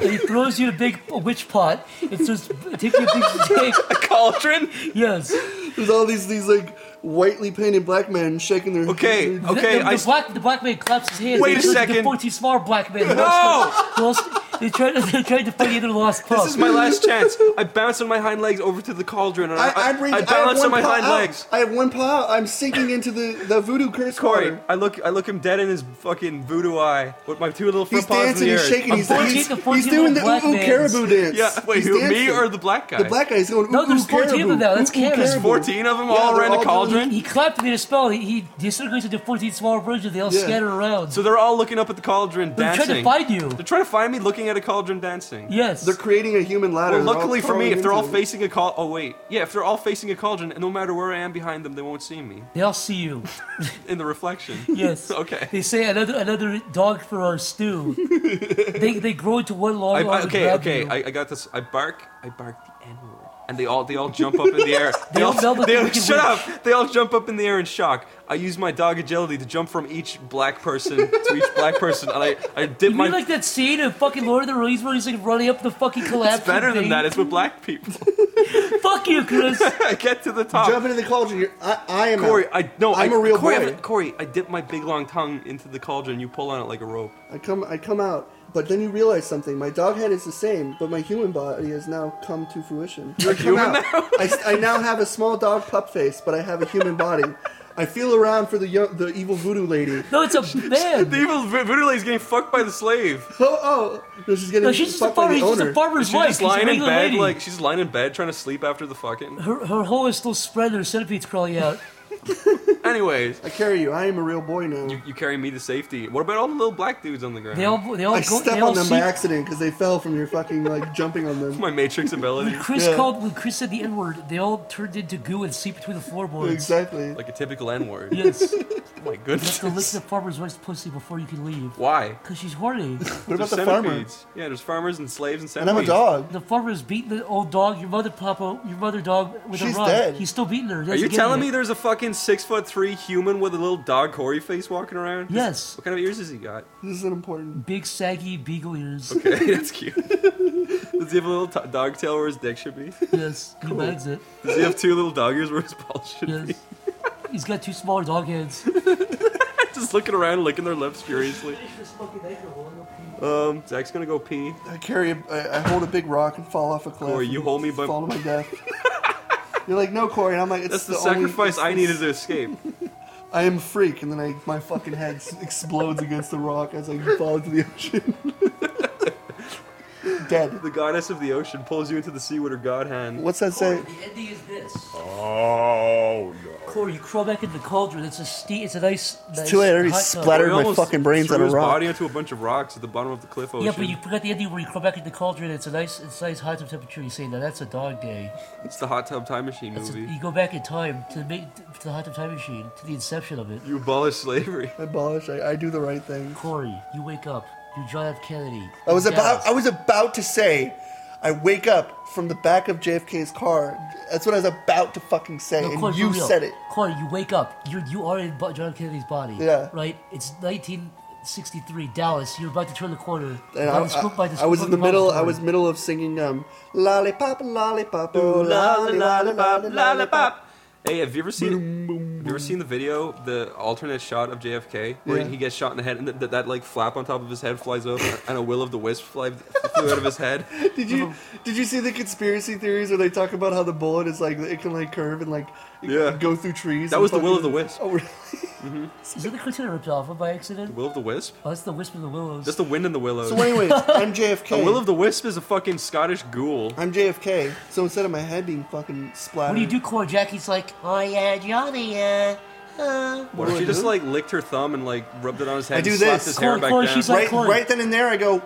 S1: and he throws you in a big witch pot and starts taking a big *laughs* steak.
S3: A cauldron.
S1: Yes.
S4: There's all these these like whitely painted black men shaking their
S3: Okay,
S4: their-
S3: okay.
S1: the, the,
S3: I
S1: the black, the black man claps his hands.
S3: Wait
S1: They
S3: a
S1: turn into
S3: second.
S1: The 14 small black man. who
S3: No!
S1: Lost, lost, they, tried, they tried to *laughs* fight the other lost pup.
S3: This is
S1: *laughs*
S3: my last chance. I bounce on my hind legs over to the cauldron, and I,
S4: I,
S3: I,
S4: I, breathe,
S3: I
S4: I
S3: balance on
S4: have one
S3: my
S4: oh. paw
S3: hind
S4: out.
S3: legs.
S4: I have one paw. out. I'm sinking into the, the voodoo curse
S3: Corey,
S4: water.
S3: I look, I look him dead in his fucking voodoo eye with my two little front
S4: He's
S3: paws
S4: dancing.
S3: in the
S4: He's
S3: air.
S4: shaking. He's,
S1: I'm
S4: he's,
S1: 14
S4: he's doing the
S1: black
S4: ooh ooh
S1: man's.
S4: caribou dance.
S3: Yeah, wait,
S4: He's
S3: who, me
S4: dancing.
S3: or the black guy?
S4: The black guy's going ooh
S1: No, there's
S4: ooh
S1: 14 of
S4: caribou.
S1: them now. That's
S4: ooh, ooh,
S1: canon. There's
S4: caribou.
S3: 14 of them all
S4: they're
S3: around the
S4: all doing-
S3: cauldron?
S1: he clapped me in a spell. He, he disintegrates into 14 small versions. They all
S4: Yeah.
S1: scatter around.
S3: So they're all looking up at the cauldron
S1: they're
S3: dancing.
S1: trying to find you.
S3: They're trying to find me looking at a cauldron dancing.
S1: Yes.
S4: They're creating a human ladder.
S3: Well,
S4: They're all
S3: luckily for me,
S4: crawling
S3: if they're all
S4: into it.
S3: facing a cauldron. Oh, wait. Yeah, if they're all facing a cauldron, and no matter where I am behind them, they won't see me
S1: they all see you.
S3: in
S1: *laughs*
S3: the reflection.
S1: Yes.
S3: *laughs* Okay.
S1: They say another another dog for our
S3: *laughs*
S1: stew. they they grow into one long.
S3: I,
S1: arm
S3: I,
S1: and
S3: okay,
S1: grab
S3: okay.
S1: you.
S3: I, I got this. I bark. I bark the N word. and they all they all jump up in
S1: *laughs*
S3: the air. They all,
S1: all know that
S3: they
S1: they
S3: all
S1: can
S3: shut
S1: reach.
S3: up. They all jump up in the air in shock. I use my dog agility to jump from each black person to each black person, and I I dip
S1: You
S3: my.
S1: mean like that scene in fucking Lord of the Rings where he's like running up the fucking collapse?
S3: it's better than that. It's with black people. *laughs*
S1: Fuck you, Chris.
S3: I get to the top.
S4: Jump into the cauldron. You're, I, I am.
S3: Corey,
S4: out.
S3: I no,
S4: I'm
S3: I,
S4: a real
S3: Corey,
S4: boy.
S3: I, Corey, I dip my big long tongue into the cauldron. You pull on it like a rope.
S4: I come. I come out. But then you realize something. My dog head is the same, but my human body has now come to fruition. You're
S3: human
S4: now? I, s- I now have a small dog pup face, but I have a human body. I feel around for the yo the evil voodoo lady.
S1: No,
S3: *laughs*
S1: it's a
S3: The
S1: man.
S3: evil v- voodoo lady's getting fucked by the slave.
S4: Oh, oh, no, she's getting
S1: No, she's just a
S4: fucked by
S1: farmer.
S4: the
S1: He's just
S4: owner.
S1: a farmer's
S3: She's
S1: wife.
S3: just
S1: She's a
S3: lying in
S1: regular
S3: bed,
S1: lady.
S3: like she's lying in bed trying to sleep after the fucking.
S1: her, her hole is still spread. There's centipedes crawling out.
S3: Anyways,
S4: I carry you. I am a real boy now.
S3: you, you carry me to safety. What about all the little black dudes on the ground?
S1: They all, they all
S4: I
S1: go.
S4: step
S1: They all
S4: on them by
S1: see.
S4: accident because they fell from your fucking like jumping on them.
S3: *laughs* My Matrix ability,
S1: Chris
S4: Yeah.
S1: called when Chris said the N word. They all turned into goo and seeped between the floorboards.
S4: Exactly.
S3: like a typical N word.
S1: Yes. You
S3: Oh my
S1: have
S3: goodness.
S1: to lick the farmer's wife's pussy before you can leave.
S3: *laughs* Why?
S1: Cause she's horny.
S4: what about the
S3: There's
S4: farmer?
S3: centipedes. Yeah, there's farmers and slaves and
S4: And
S3: centipedes.
S4: I'm a dog.
S1: The farmer's beating the old dog, your mother papa, your mother dog with
S4: She's
S1: a rod.
S4: dead.
S1: He's still beating her.
S3: Are you telling me there's a fucking six foot three human with a little dog Corey face walking around?
S1: Yes.
S3: What kind of ears has he got? *laughs*
S4: This is an important.
S1: Big saggy beagle ears.
S3: Okay, *laughs* that's cute. Does he have a little t- dog tail where his dick should be?
S1: Yes, he bags it.
S3: Does he have two little dog ears where his balls should be?
S1: *laughs* Yes. He's got two smaller dog heads.
S3: *laughs* Just looking around, licking their lips furiously. Um, Zach's gonna go pee.
S4: I carry. A, I, I hold a big rock and fall off a cliff.
S3: Corey, you
S4: and
S3: hold me by-
S4: fall to my death. *laughs* You're like, no, Corey. And I'm like,
S3: That's
S4: it's
S3: the,
S4: only-
S3: sacrifice
S4: it's
S3: I
S4: the-
S3: needed to escape.
S4: I am a freak, and then I, my fucking head s- explodes against the rock as I fall into the ocean. *laughs* Dead.
S3: The goddess of the ocean pulls you into the sea with her god hand.
S4: What's that say?
S1: ending is this. Oh
S9: Oh,
S1: no. Corey, you crawl back into the cauldron. It's a ste- It's a nice. nice
S4: too late, I already
S1: hot tub.
S4: splattered.
S3: Corey
S4: my
S3: almost
S4: fucking brains
S3: threw
S4: on a
S3: his
S4: rock.
S3: body into a bunch of rocks at the bottom of the cliff ocean.
S1: Yeah, but you forgot the ending where you crawl back into the cauldron. It's a nice, it's a nice hot tub temperature. You say, now that's a dog day.
S3: It's the hot tub time machine
S1: That's a-
S3: movie.
S1: you go back in time to the ma- to the hot tub time machine to the inception of it.
S3: You abolish
S4: *laughs*
S3: slavery.
S4: I abolish. I, I do the right thing.
S1: Corey, you wake up. You're John F. Kennedy.
S4: I was
S1: You're
S4: about I
S1: Dallas.
S4: was about to say I wake up from the back of JFK's car. That's what I was about to fucking say,
S1: No,
S4: and
S1: Corey, for
S4: you
S1: real.
S4: said it.
S1: Corey, you wake up. You you are in Bo- John F. Kennedy's body.
S4: Yeah.
S1: Right. It's 1963, Dallas. You're about to turn the corner.
S4: And
S1: By
S4: I,
S1: the scoop-
S4: I-
S1: by the
S4: I was
S1: scoop
S4: in the
S1: of your
S4: middle. I
S1: mouth,
S4: was
S1: Corey.
S4: middle of singing um, lollipop, lollipop, oh, lolly, lollipop, lollipop.
S3: Hey, have you ever seen? Have you ever seen the video, the alternate shot of JFK, where
S4: Yeah.
S3: he gets shot in the head, and th- th- that like flap on top of his head flies open, *laughs* and a will of the wisp fly- flew out of his head? *laughs*
S4: Did you did you see the conspiracy theories where they talk about how the bullet is like it can like curve and like it
S3: Yeah.
S4: can go through trees?
S3: That
S4: and
S3: was the Will of
S4: fucking-
S3: the Wisp.
S4: Oh, really?
S1: Is it the cartoon I ripped off of by accident?
S3: Will of the wisp?
S1: Oh, that's the Whisper of the Willows.
S3: That's the wind in the willows.
S4: *laughs* So, *laughs* anyways,
S3: a
S4: I'm JFK.
S3: will of the wisp is a fucking Scottish ghoul.
S4: I'm JFK. So instead of my head being fucking splattered,
S1: what do you do, Corey? Jackie's like, oh yeah, Johnny. Uh, uh.
S3: What if
S4: do
S3: she
S4: I
S3: just
S4: do?
S3: like licked her thumb and like rubbed it on his head?
S4: I do
S3: and slapped
S4: this.
S3: His
S1: Corey,
S3: hair back
S1: Corey,
S3: down?
S1: she's like-
S4: right,
S1: Corey.
S4: right then and there, I go.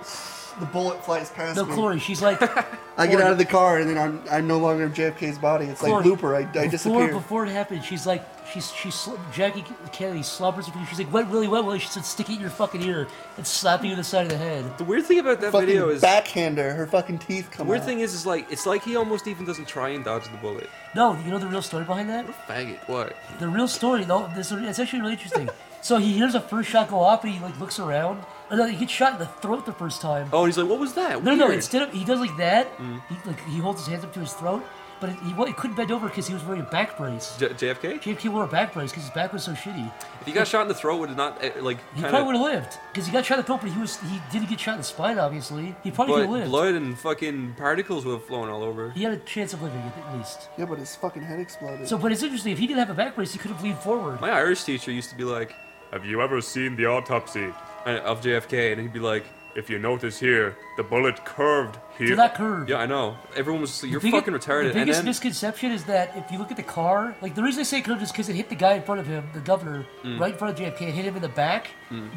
S4: The bullet flies past
S1: No,
S4: me.
S1: Corey. She's
S4: *laughs*
S1: like,
S4: I get
S1: Corey.
S4: out of the car and then I'm I'm no longer in JFK's body. It's like
S1: Corey,
S4: Looper. I, I
S1: before,
S4: disappear.
S1: Before it happened, she's like, she's she's sl- Jackie Kennedy slobbers. her- She's like, went really well, Willie. She said, stick it in your fucking ear and slap you in the side of the head.
S3: The weird thing about that
S4: fucking
S3: video is
S4: backhander. Her fucking teeth come.
S3: weird
S4: out.
S3: thing is is like it's like he almost even doesn't try and dodge the bullet.
S1: No, you know the real story behind that?
S3: Faggot. What?
S1: The real story, though, this it's actually really
S4: *laughs*
S1: interesting. so he hears a first shot go off, and he like looks around. Oh, no, he gets shot in the throat the first time.
S3: Oh, and he's like, what was that?
S1: no, no,
S3: Weird. Mm.
S1: instead of he does like that, he like he holds his hands up to his throat, but it, he, wa- he couldn't bend over because he was wearing a back brace.
S3: J- JFK.
S1: JFK wore a back brace because his back was so shitty.
S3: If he got shot in the throat, would it not eh, like
S1: He
S3: kinda-
S1: probably would have lived because he got shot in the throat, but he was he didn't get shot in the spine. Obviously, he probably could have
S3: But
S1: lived.
S3: blood and fucking particles would have flown all over.
S1: He had a chance of living at least.
S4: Yeah, but his fucking head exploded.
S1: So, but it's interesting. If he didn't have a back brace, he could have leaned forward.
S3: My Irish teacher used to be like
S9: Have you ever seen the autopsy?
S3: uh, of JFK, and he'd be like,
S9: If you notice here, the bullet curved
S1: So
S9: here.
S1: that curve.
S3: "Yeah, I know." Everyone was just like, "You're
S1: Bigger-
S3: fucking retarded."
S1: The
S3: And
S1: biggest
S3: then
S1: misconception is that if you look at the car, like the reason I say curved is because it hit the guy in front of him, the governor,
S3: Mm.
S1: right in front of JFK, it hit him in the back.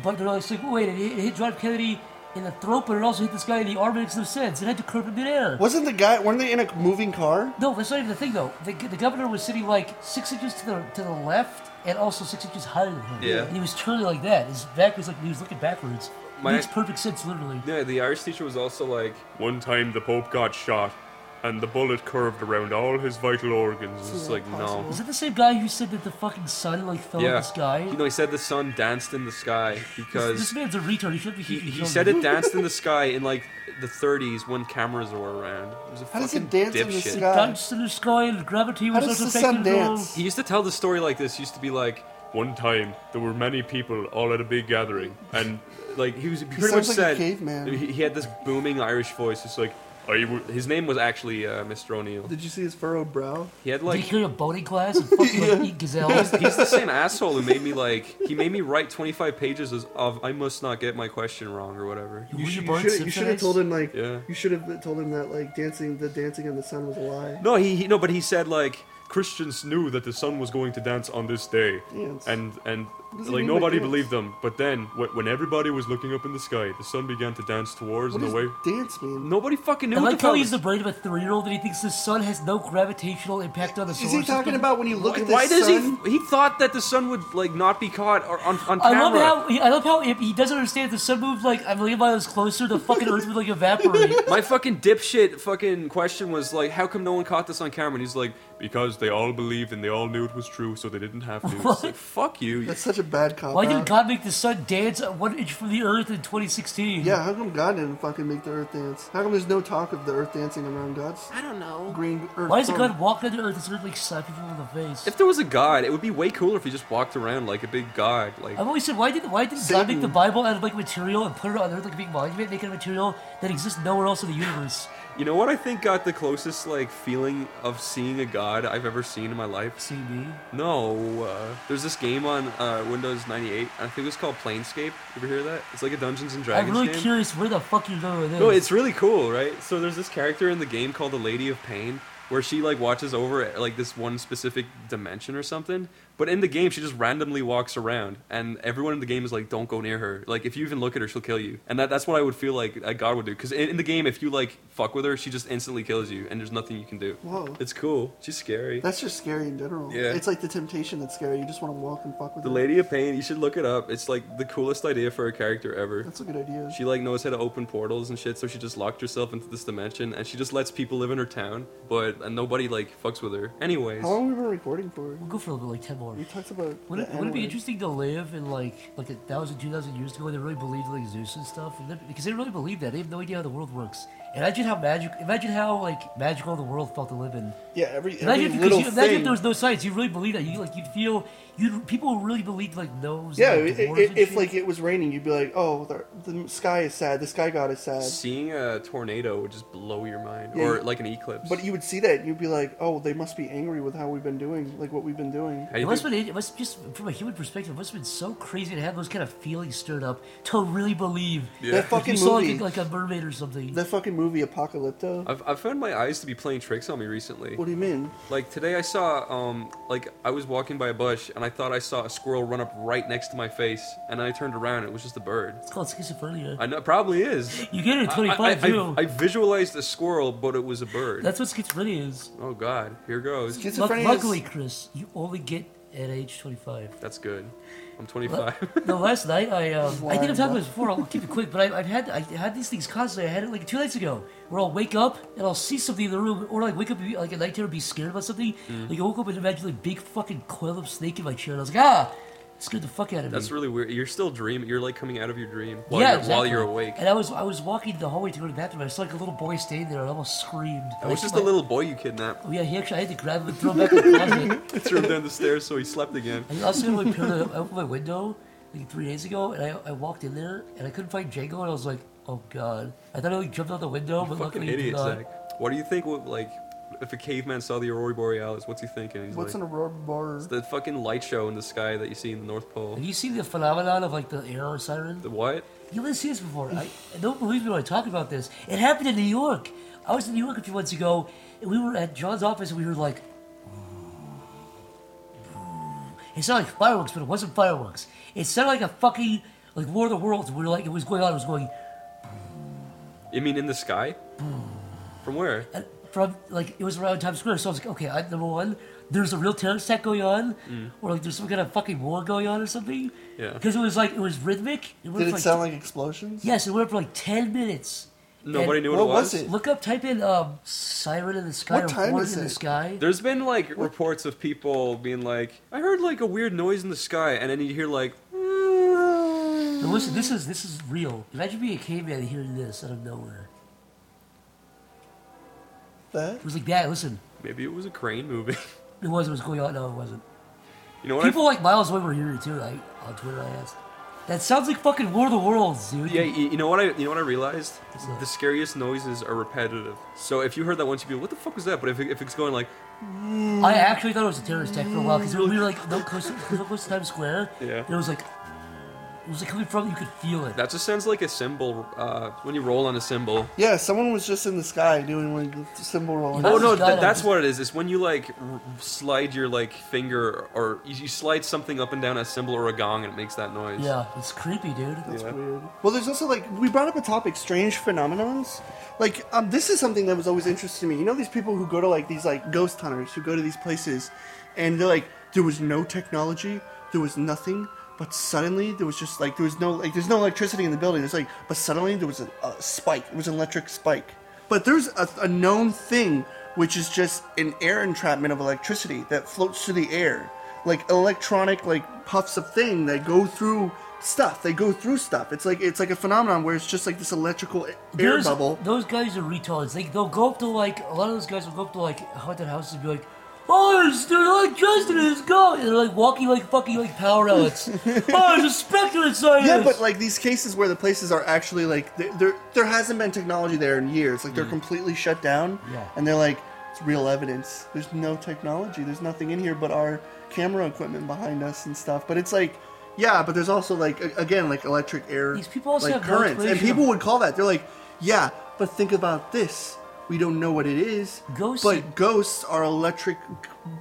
S1: But they're always like, wait, it hit, it hit John F. Kennedy in the throat, but it also hit this guy in the arm. It makes no sense. It had to curve in midair.
S4: Wasn't the guy? Weren't they in a moving car?
S1: No, that's not even the thing though. The, the governor was sitting like six inches to the to the left and also six inches higher than him.
S3: Yeah.
S1: And he was turning like that. His back was like he was looking backwards.
S3: My-
S1: Makes perfect sense, literally.
S3: yeah, the Irish teacher was also like,
S9: One time the Pope got shot. and the bullet curved around all his vital organs. It's like, no.
S1: Is that the same guy who said that the fucking sun like fell in the sky?
S3: You know, he said the sun danced in the sky
S1: This, this
S3: because
S1: man's a retard. He should be.
S3: he, he said it danced in the
S4: *laughs*
S3: sky in like the 30s when cameras were around. It was a
S4: How does it
S3: fucking
S4: dance in the
S3: dipshit.
S4: sky?
S1: Danced in the sky and gravity
S4: How
S1: was not
S4: does the sun
S1: affected at all.
S4: dance?
S3: He used to tell the story like this. He used to be like,
S9: One time, there were many people all at a big gathering, and
S3: like he was he pretty much
S4: sounds like a
S3: said
S4: caveman.
S3: He, he had this booming Irish voice. It's like, are you? His name was actually uh, Mr. O'Neill.
S4: Did you see his furrowed brow?
S3: He had
S1: Did
S3: like
S1: he go to a boating class and fucking like, eat gazelles?
S3: He's the same asshole who made me like he made me write 25 pages as- of I must not get my question wrong or whatever.
S1: You,
S4: You,
S1: should, you,
S4: should, you should have told him like
S3: Yeah.
S4: you should have told him that like dancing the dancing in the sun was a lie.
S3: No, he, he no, but he said like
S9: Christians knew that the sun was going to dance on this day,
S4: Dance.
S9: and and
S4: does he
S9: like
S4: mean by
S9: nobody
S4: dance?
S9: believed them. But then, wh- when everybody was looking up in the sky, the sun began to dance towards
S4: What
S9: and
S4: does
S9: away.
S4: dance mean?
S3: nobody fucking knew.
S1: I
S3: what
S1: like
S3: the
S1: how
S3: fuck-
S1: he's the brain of a three-year-old and he thinks the sun has no gravitational impact on the solar
S4: Is he talking
S1: system.
S4: about when you look at the
S3: Why does
S4: sun?
S3: he? He thought that the sun would like not be caught or on on
S1: I
S3: camera.
S1: love how I love how if he doesn't understand the sun moves like I believe I was closer, the fucking Earth would like evaporate.
S4: *laughs*
S3: my fucking dipshit fucking question was like, how come no one caught this on camera? And he's like,
S9: Because they all believed and they all knew it was true, so they didn't have to. It's
S1: What?
S9: like,
S3: fuck you.
S4: That's such a bad cop.
S1: Why
S4: out.
S1: did God make the sun dance at one inch from the Earth in 2016?
S4: Yeah, how come God didn't fucking make the Earth dance? How come there's no talk of the Earth dancing around God's
S2: I don't know.
S4: green Earth?
S1: Why is
S4: dome?
S1: God walking on the Earth and sort of like slap people in the face?
S3: If there was a god, it would be way cooler if he just walked around like a big god. Like
S1: I've always said, why did why did God make the Bible out of like material and put it on Earth like a big monument, making a material that exists nowhere else in the universe?
S3: you know what I think got the closest like feeling of seeing a god I've ever seen in my life.
S1: See me?
S3: No, uh, there's this game on uh, Windows 98. I think it was called Planescape. Ever hear that? It's like a Dungeons and
S1: I'm
S3: Dragons
S1: really
S3: game.
S1: curious where the fuck you're going with this.
S3: No, it's really cool, right? So there's this character in the game called the Lady of Pain, where she like watches over like this one specific dimension or something. But in the game, she just randomly walks around, and everyone in the game is like, "Don't go near her. Like, if you even look at her, she'll kill you." And that, that's what I would feel like a god would do, because in, in the game, if you like fuck with her, she just instantly kills you, and there's nothing you can do.
S4: Whoa.
S3: it's cool. She's scary.
S4: That's just scary in general.
S3: Yeah.
S4: It's like the temptation that's scary. You just want to walk and fuck with
S3: the
S4: it.
S3: Lady of Pain. You should look it up. It's like the coolest idea for a character ever.
S4: That's a good idea.
S3: She like knows how to open portals and shit, so she just locked herself into this dimension and she just lets people live in her town, but and nobody like fucks with her. Anyways,
S4: How long have we been recording for?
S1: We'll go for a little bit, like 10 more.
S4: We talked about.
S1: Wouldn't
S4: the
S1: it, would it be
S4: N-word.
S1: interesting to live in like like a thousand, two thousand years ago? They really believed like Zeus and stuff, and they, because they really believe that they have no idea how the world works. Imagine how magic, imagine how like magical the world felt to live in.
S4: Yeah, every, every
S1: Imagine because
S4: little
S1: you, imagine if
S4: thing.
S1: there was no science, you really believe that you like you'd feel you people really believed like those.
S4: Yeah,
S1: and, like,
S4: i- i-
S1: dwarves
S4: if,
S1: and shit.
S4: like it was raining, you'd be like, "Oh, the, the sky is sad. The sky god is sad."
S3: seeing a tornado would just blow your mind,
S4: Yeah,
S3: or
S4: you-
S3: like an eclipse.
S4: But you would see that, and you'd be like, "Oh, they must be angry with how we've been doing, like what we've been doing."
S3: How do
S1: It
S3: you
S1: must
S3: think-
S1: have been, it must just from a human perspective, it must have been so crazy to have those kind of feelings stirred up to really believe.
S4: That
S1: Like,
S4: fucking
S1: you saw
S4: movie.
S1: like, like a mermaid or something.
S4: That fucking movie Apocalypto.
S3: I've, I've found my eyes to be playing tricks on me recently.
S4: What do you mean?
S3: Like today, I saw um like I was walking by a bush and I thought I saw a squirrel run up right next to my face, and I turned around and it was just a bird.
S1: it's called schizophrenia.
S3: I know it probably is.
S1: you get it at 25
S3: I, I,
S1: too.
S3: I, I visualized a squirrel, but it was a bird.
S1: That's what schizophrenia is.
S3: oh God, here goes.
S1: Luck-
S4: Schizophrenia.
S1: luckily, Chris, you only get at age 25.
S3: That's good. I'm 25.
S1: No, last night I um, I think I've
S4: Wild,
S1: talked about this before. I'll keep it quick, but I, I've had I had these things constantly. I had it like two nights ago, where I'll wake up and I'll see something in the room, or like wake up like at night and be scared about something.
S3: Mm.
S1: Like I woke up and imagine like big fucking coil of snake in my chair, and I was like, ah, it scared the fuck out of me.
S3: *laughs* That's really weird. You're still dreaming. You're like coming out of your dream while,
S1: yeah,
S3: you're, while
S1: exactly.
S3: you're awake.
S1: And I was I was walking the hallway to go to the bathroom. and I saw like a little boy standing there. and I almost screamed.
S3: It was just
S1: a
S3: a little boy you kidnapped.
S1: *laughs* Oh yeah, he actually I had to grab him and throw him back in the closet.
S3: *laughs* Threw him down the stairs so he slept again.
S1: I also had my parent- I opened my window like three days ago, and I, I walked in there and I couldn't find Django, and I was like, oh god. I thought I like jumped out the window, but
S3: Fucking
S1: luckily he did
S3: idiot,
S1: not.
S3: Zach. What do you think? Would, like, if a caveman saw the aurora borealis, what's he thinking? He's
S4: What's
S3: like,
S4: an aurora borealis?
S3: the fucking light show in the sky that you see in the North Pole.
S1: Have you seen the phenomenon of like the air siren?
S3: The what?
S1: You haven't seen this before. I I don't believe me when I talk about this. It happened in New York. I was in New York a few months ago, and we were at John's office, and we were like, "Hmm." it sounded like fireworks, but it wasn't fireworks. It sounded like a fucking like War of the Worlds. We were like, it was going on. It was going
S3: You mean in the sky? From where?
S1: Hmm. And uh, from like it was around Times Square, so I was like, okay, I, number one, there's a real terrorist attack going on, or like there's some kind of fucking war going on or something.
S3: Yeah.
S1: Because it was like it was rhythmic. It went
S4: Did
S1: for,
S4: it sound like explosions?
S1: yes? It went for like ten minutes,
S3: Nobody
S1: And
S3: knew
S4: what was it?
S1: Look up, type in um, "siren in the sky"
S4: What
S1: or
S4: time
S1: "horn
S4: is
S1: in the
S4: it?
S1: sky."
S3: There's been like reports of people being like, "I heard like a weird noise in the sky," and then you hear like,
S1: Now listen, this is this is real. Imagine being a caveman and hearing this out of nowhere.
S4: That?
S1: It was like that. Listen,
S3: maybe it was a crane moving. *laughs*
S1: it was. It was going on. No, it wasn't.
S3: you know what? I-
S1: People like Miles Webb were hearing it too. Like on Twitter, I asked. That sounds like fucking War of the Worlds, dude.
S3: yeah, you you know what I you know what I realized? The scariest noises are repetitive. So if you heard that once, you'd be like, "What the fuck was that?" But if, it- if it's going like,
S1: I actually thought it was a terrorist attack for a while because we were like no close, no close to Times Square.
S3: Yeah.
S1: And it was like it was like coming from you could feel it.
S3: that just sounds like a cymbal uh, when you roll on a cymbal.
S4: Yeah, someone was just in the sky doing like symbol rolling.
S1: That's
S3: oh no,
S1: just
S3: th-
S1: gotta-
S3: that's what it is. It's when you like r- slide your like finger or you, you slide something up and down a cymbal or a gong, and it makes that noise.
S1: yeah, it's creepy, dude.
S4: That's weird. Well, there's also like we brought up a topic: strange phenomenons. Like um, this is something that was always interesting to me. You know, these people who go to like these like ghost hunters who go to these places, and they're like, there was no technology, there was nothing, but suddenly there was just like there was no like there's no electricity in the building. It's like, but suddenly there was a, a spike. It was an electric spike. But there's a, a known thing which is just an air entrapment of electricity that floats through the air, like electronic like puffs of thing that go through stuff. They go through stuff. It's like it's like a phenomenon where it's just like this electrical air
S1: There's-
S4: bubble.
S1: Those guys are retards. Like they'll go up to like a lot of those guys will go up to like haunted houses and be like, "Oh, there's there's electricity, let's go!" And they're like walking like fucking like power
S4: *laughs*
S1: outlets. oh, there's a specter inside.
S4: Yeah,
S1: us.
S4: but like these cases where the places are actually like th- there there hasn't been technology there in years. Like they're completely shut down.
S1: Mm. Yeah.
S4: And they're like it's real evidence. There's no technology. There's nothing in here but our camera equipment behind us and stuff. But it's like yeah, but there's also like a- again like electric air
S1: These people also
S4: like
S1: have no
S4: currents. And
S1: explanation
S4: people
S1: of-
S4: would call that. They're like, "Yeah, but think about this. We don't know what it is."
S1: Ghosts-
S4: But ghosts are electric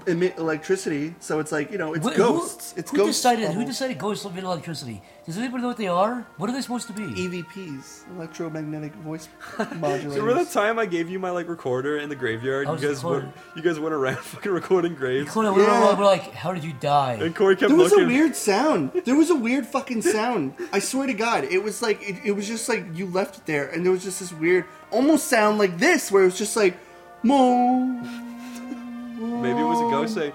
S4: emit electricity, so it's like, you know, it's
S1: Wh- who-
S4: ghosts. it's
S1: who
S4: ghosts.
S1: decided? Who decided ghosts live in electricity? Does anybody know what they are? What are they supposed to be?
S4: EVPs, E electromagnetic voice modulators.
S3: Remember that time I gave you my like recorder in the graveyard?
S1: I
S3: You
S1: was
S3: guys went,
S1: recording.
S3: you guys went around *laughs* fucking recording graves,
S1: Conan, we were
S4: Yeah.
S1: all- we're like, how did you die?
S3: and Corey kept
S4: there was
S3: looking.
S4: a weird sound. There was a weird fucking sound. I swear to God, it was like it, it was just like you left it there, and there was just this weird, almost sound like this, where it was just like mo.
S3: Maybe it was a ghost saying,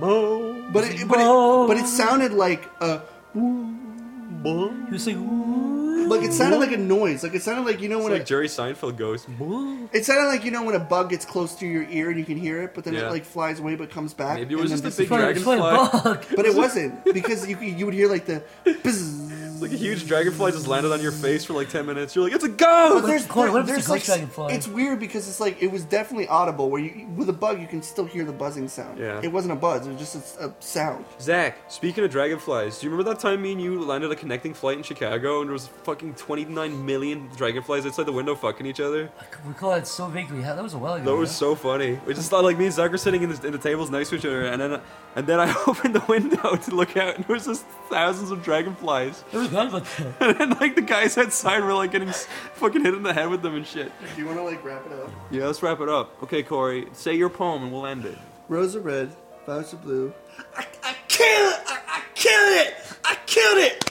S3: "Mo."
S4: But it, but it, but it sounded like a
S1: He was like, "Ooh."
S4: like it sounded like a noise. Like it sounded like you know
S3: It's
S4: when
S3: like
S4: a,
S3: Jerry Seinfeld goes, "Mo."
S4: it sounded like you know when a bug gets close to your ear and you can hear it, but then
S3: Yeah.
S4: it like flies away but comes back.
S3: Maybe it was
S4: and
S3: just a
S4: then
S3: big
S1: Probably-
S3: dragonfly.
S1: probably a bug. *laughs*
S4: But
S3: *laughs*
S4: it wasn't because you you would hear like the. *laughs* Bzzz.
S3: It's like a huge dragonfly just landed on your face for like ten minutes. You're like, "It's a ghost."
S4: But there's,
S1: Corey,
S4: there-
S1: what if it's a
S4: there's
S1: ghost
S4: like,
S1: dragonfly?
S4: it's weird because it's like it was definitely audible. Where you with a bug, you can still hear the buzzing sound.
S3: Yeah.
S4: It wasn't a buzz; it was just a, a sound.
S3: Zach, speaking of dragonflies, do you remember that time me and you landed a connecting flight in Chicago and there was fucking 29 million dragonflies outside the window fucking each other?
S1: I can recall that so vaguely. How- That was a while ago.
S3: That was so funny. We just thought like me and Zach were sitting in the, in the tables next to each other, and then and then I *laughs* opened the window to look out, and there was just thousands of dragonflies. *laughs*
S1: There was guys like that.
S3: And then like the guys outside were like getting s- fucking hit in the head with them and shit.
S4: Do you want to like wrap it up?
S3: Yeah, let's wrap it up. Okay, Corey, say your poem and we'll end it.
S4: Rose are red, flowers are blue.
S8: I killed it! I, I killed it! I killed it!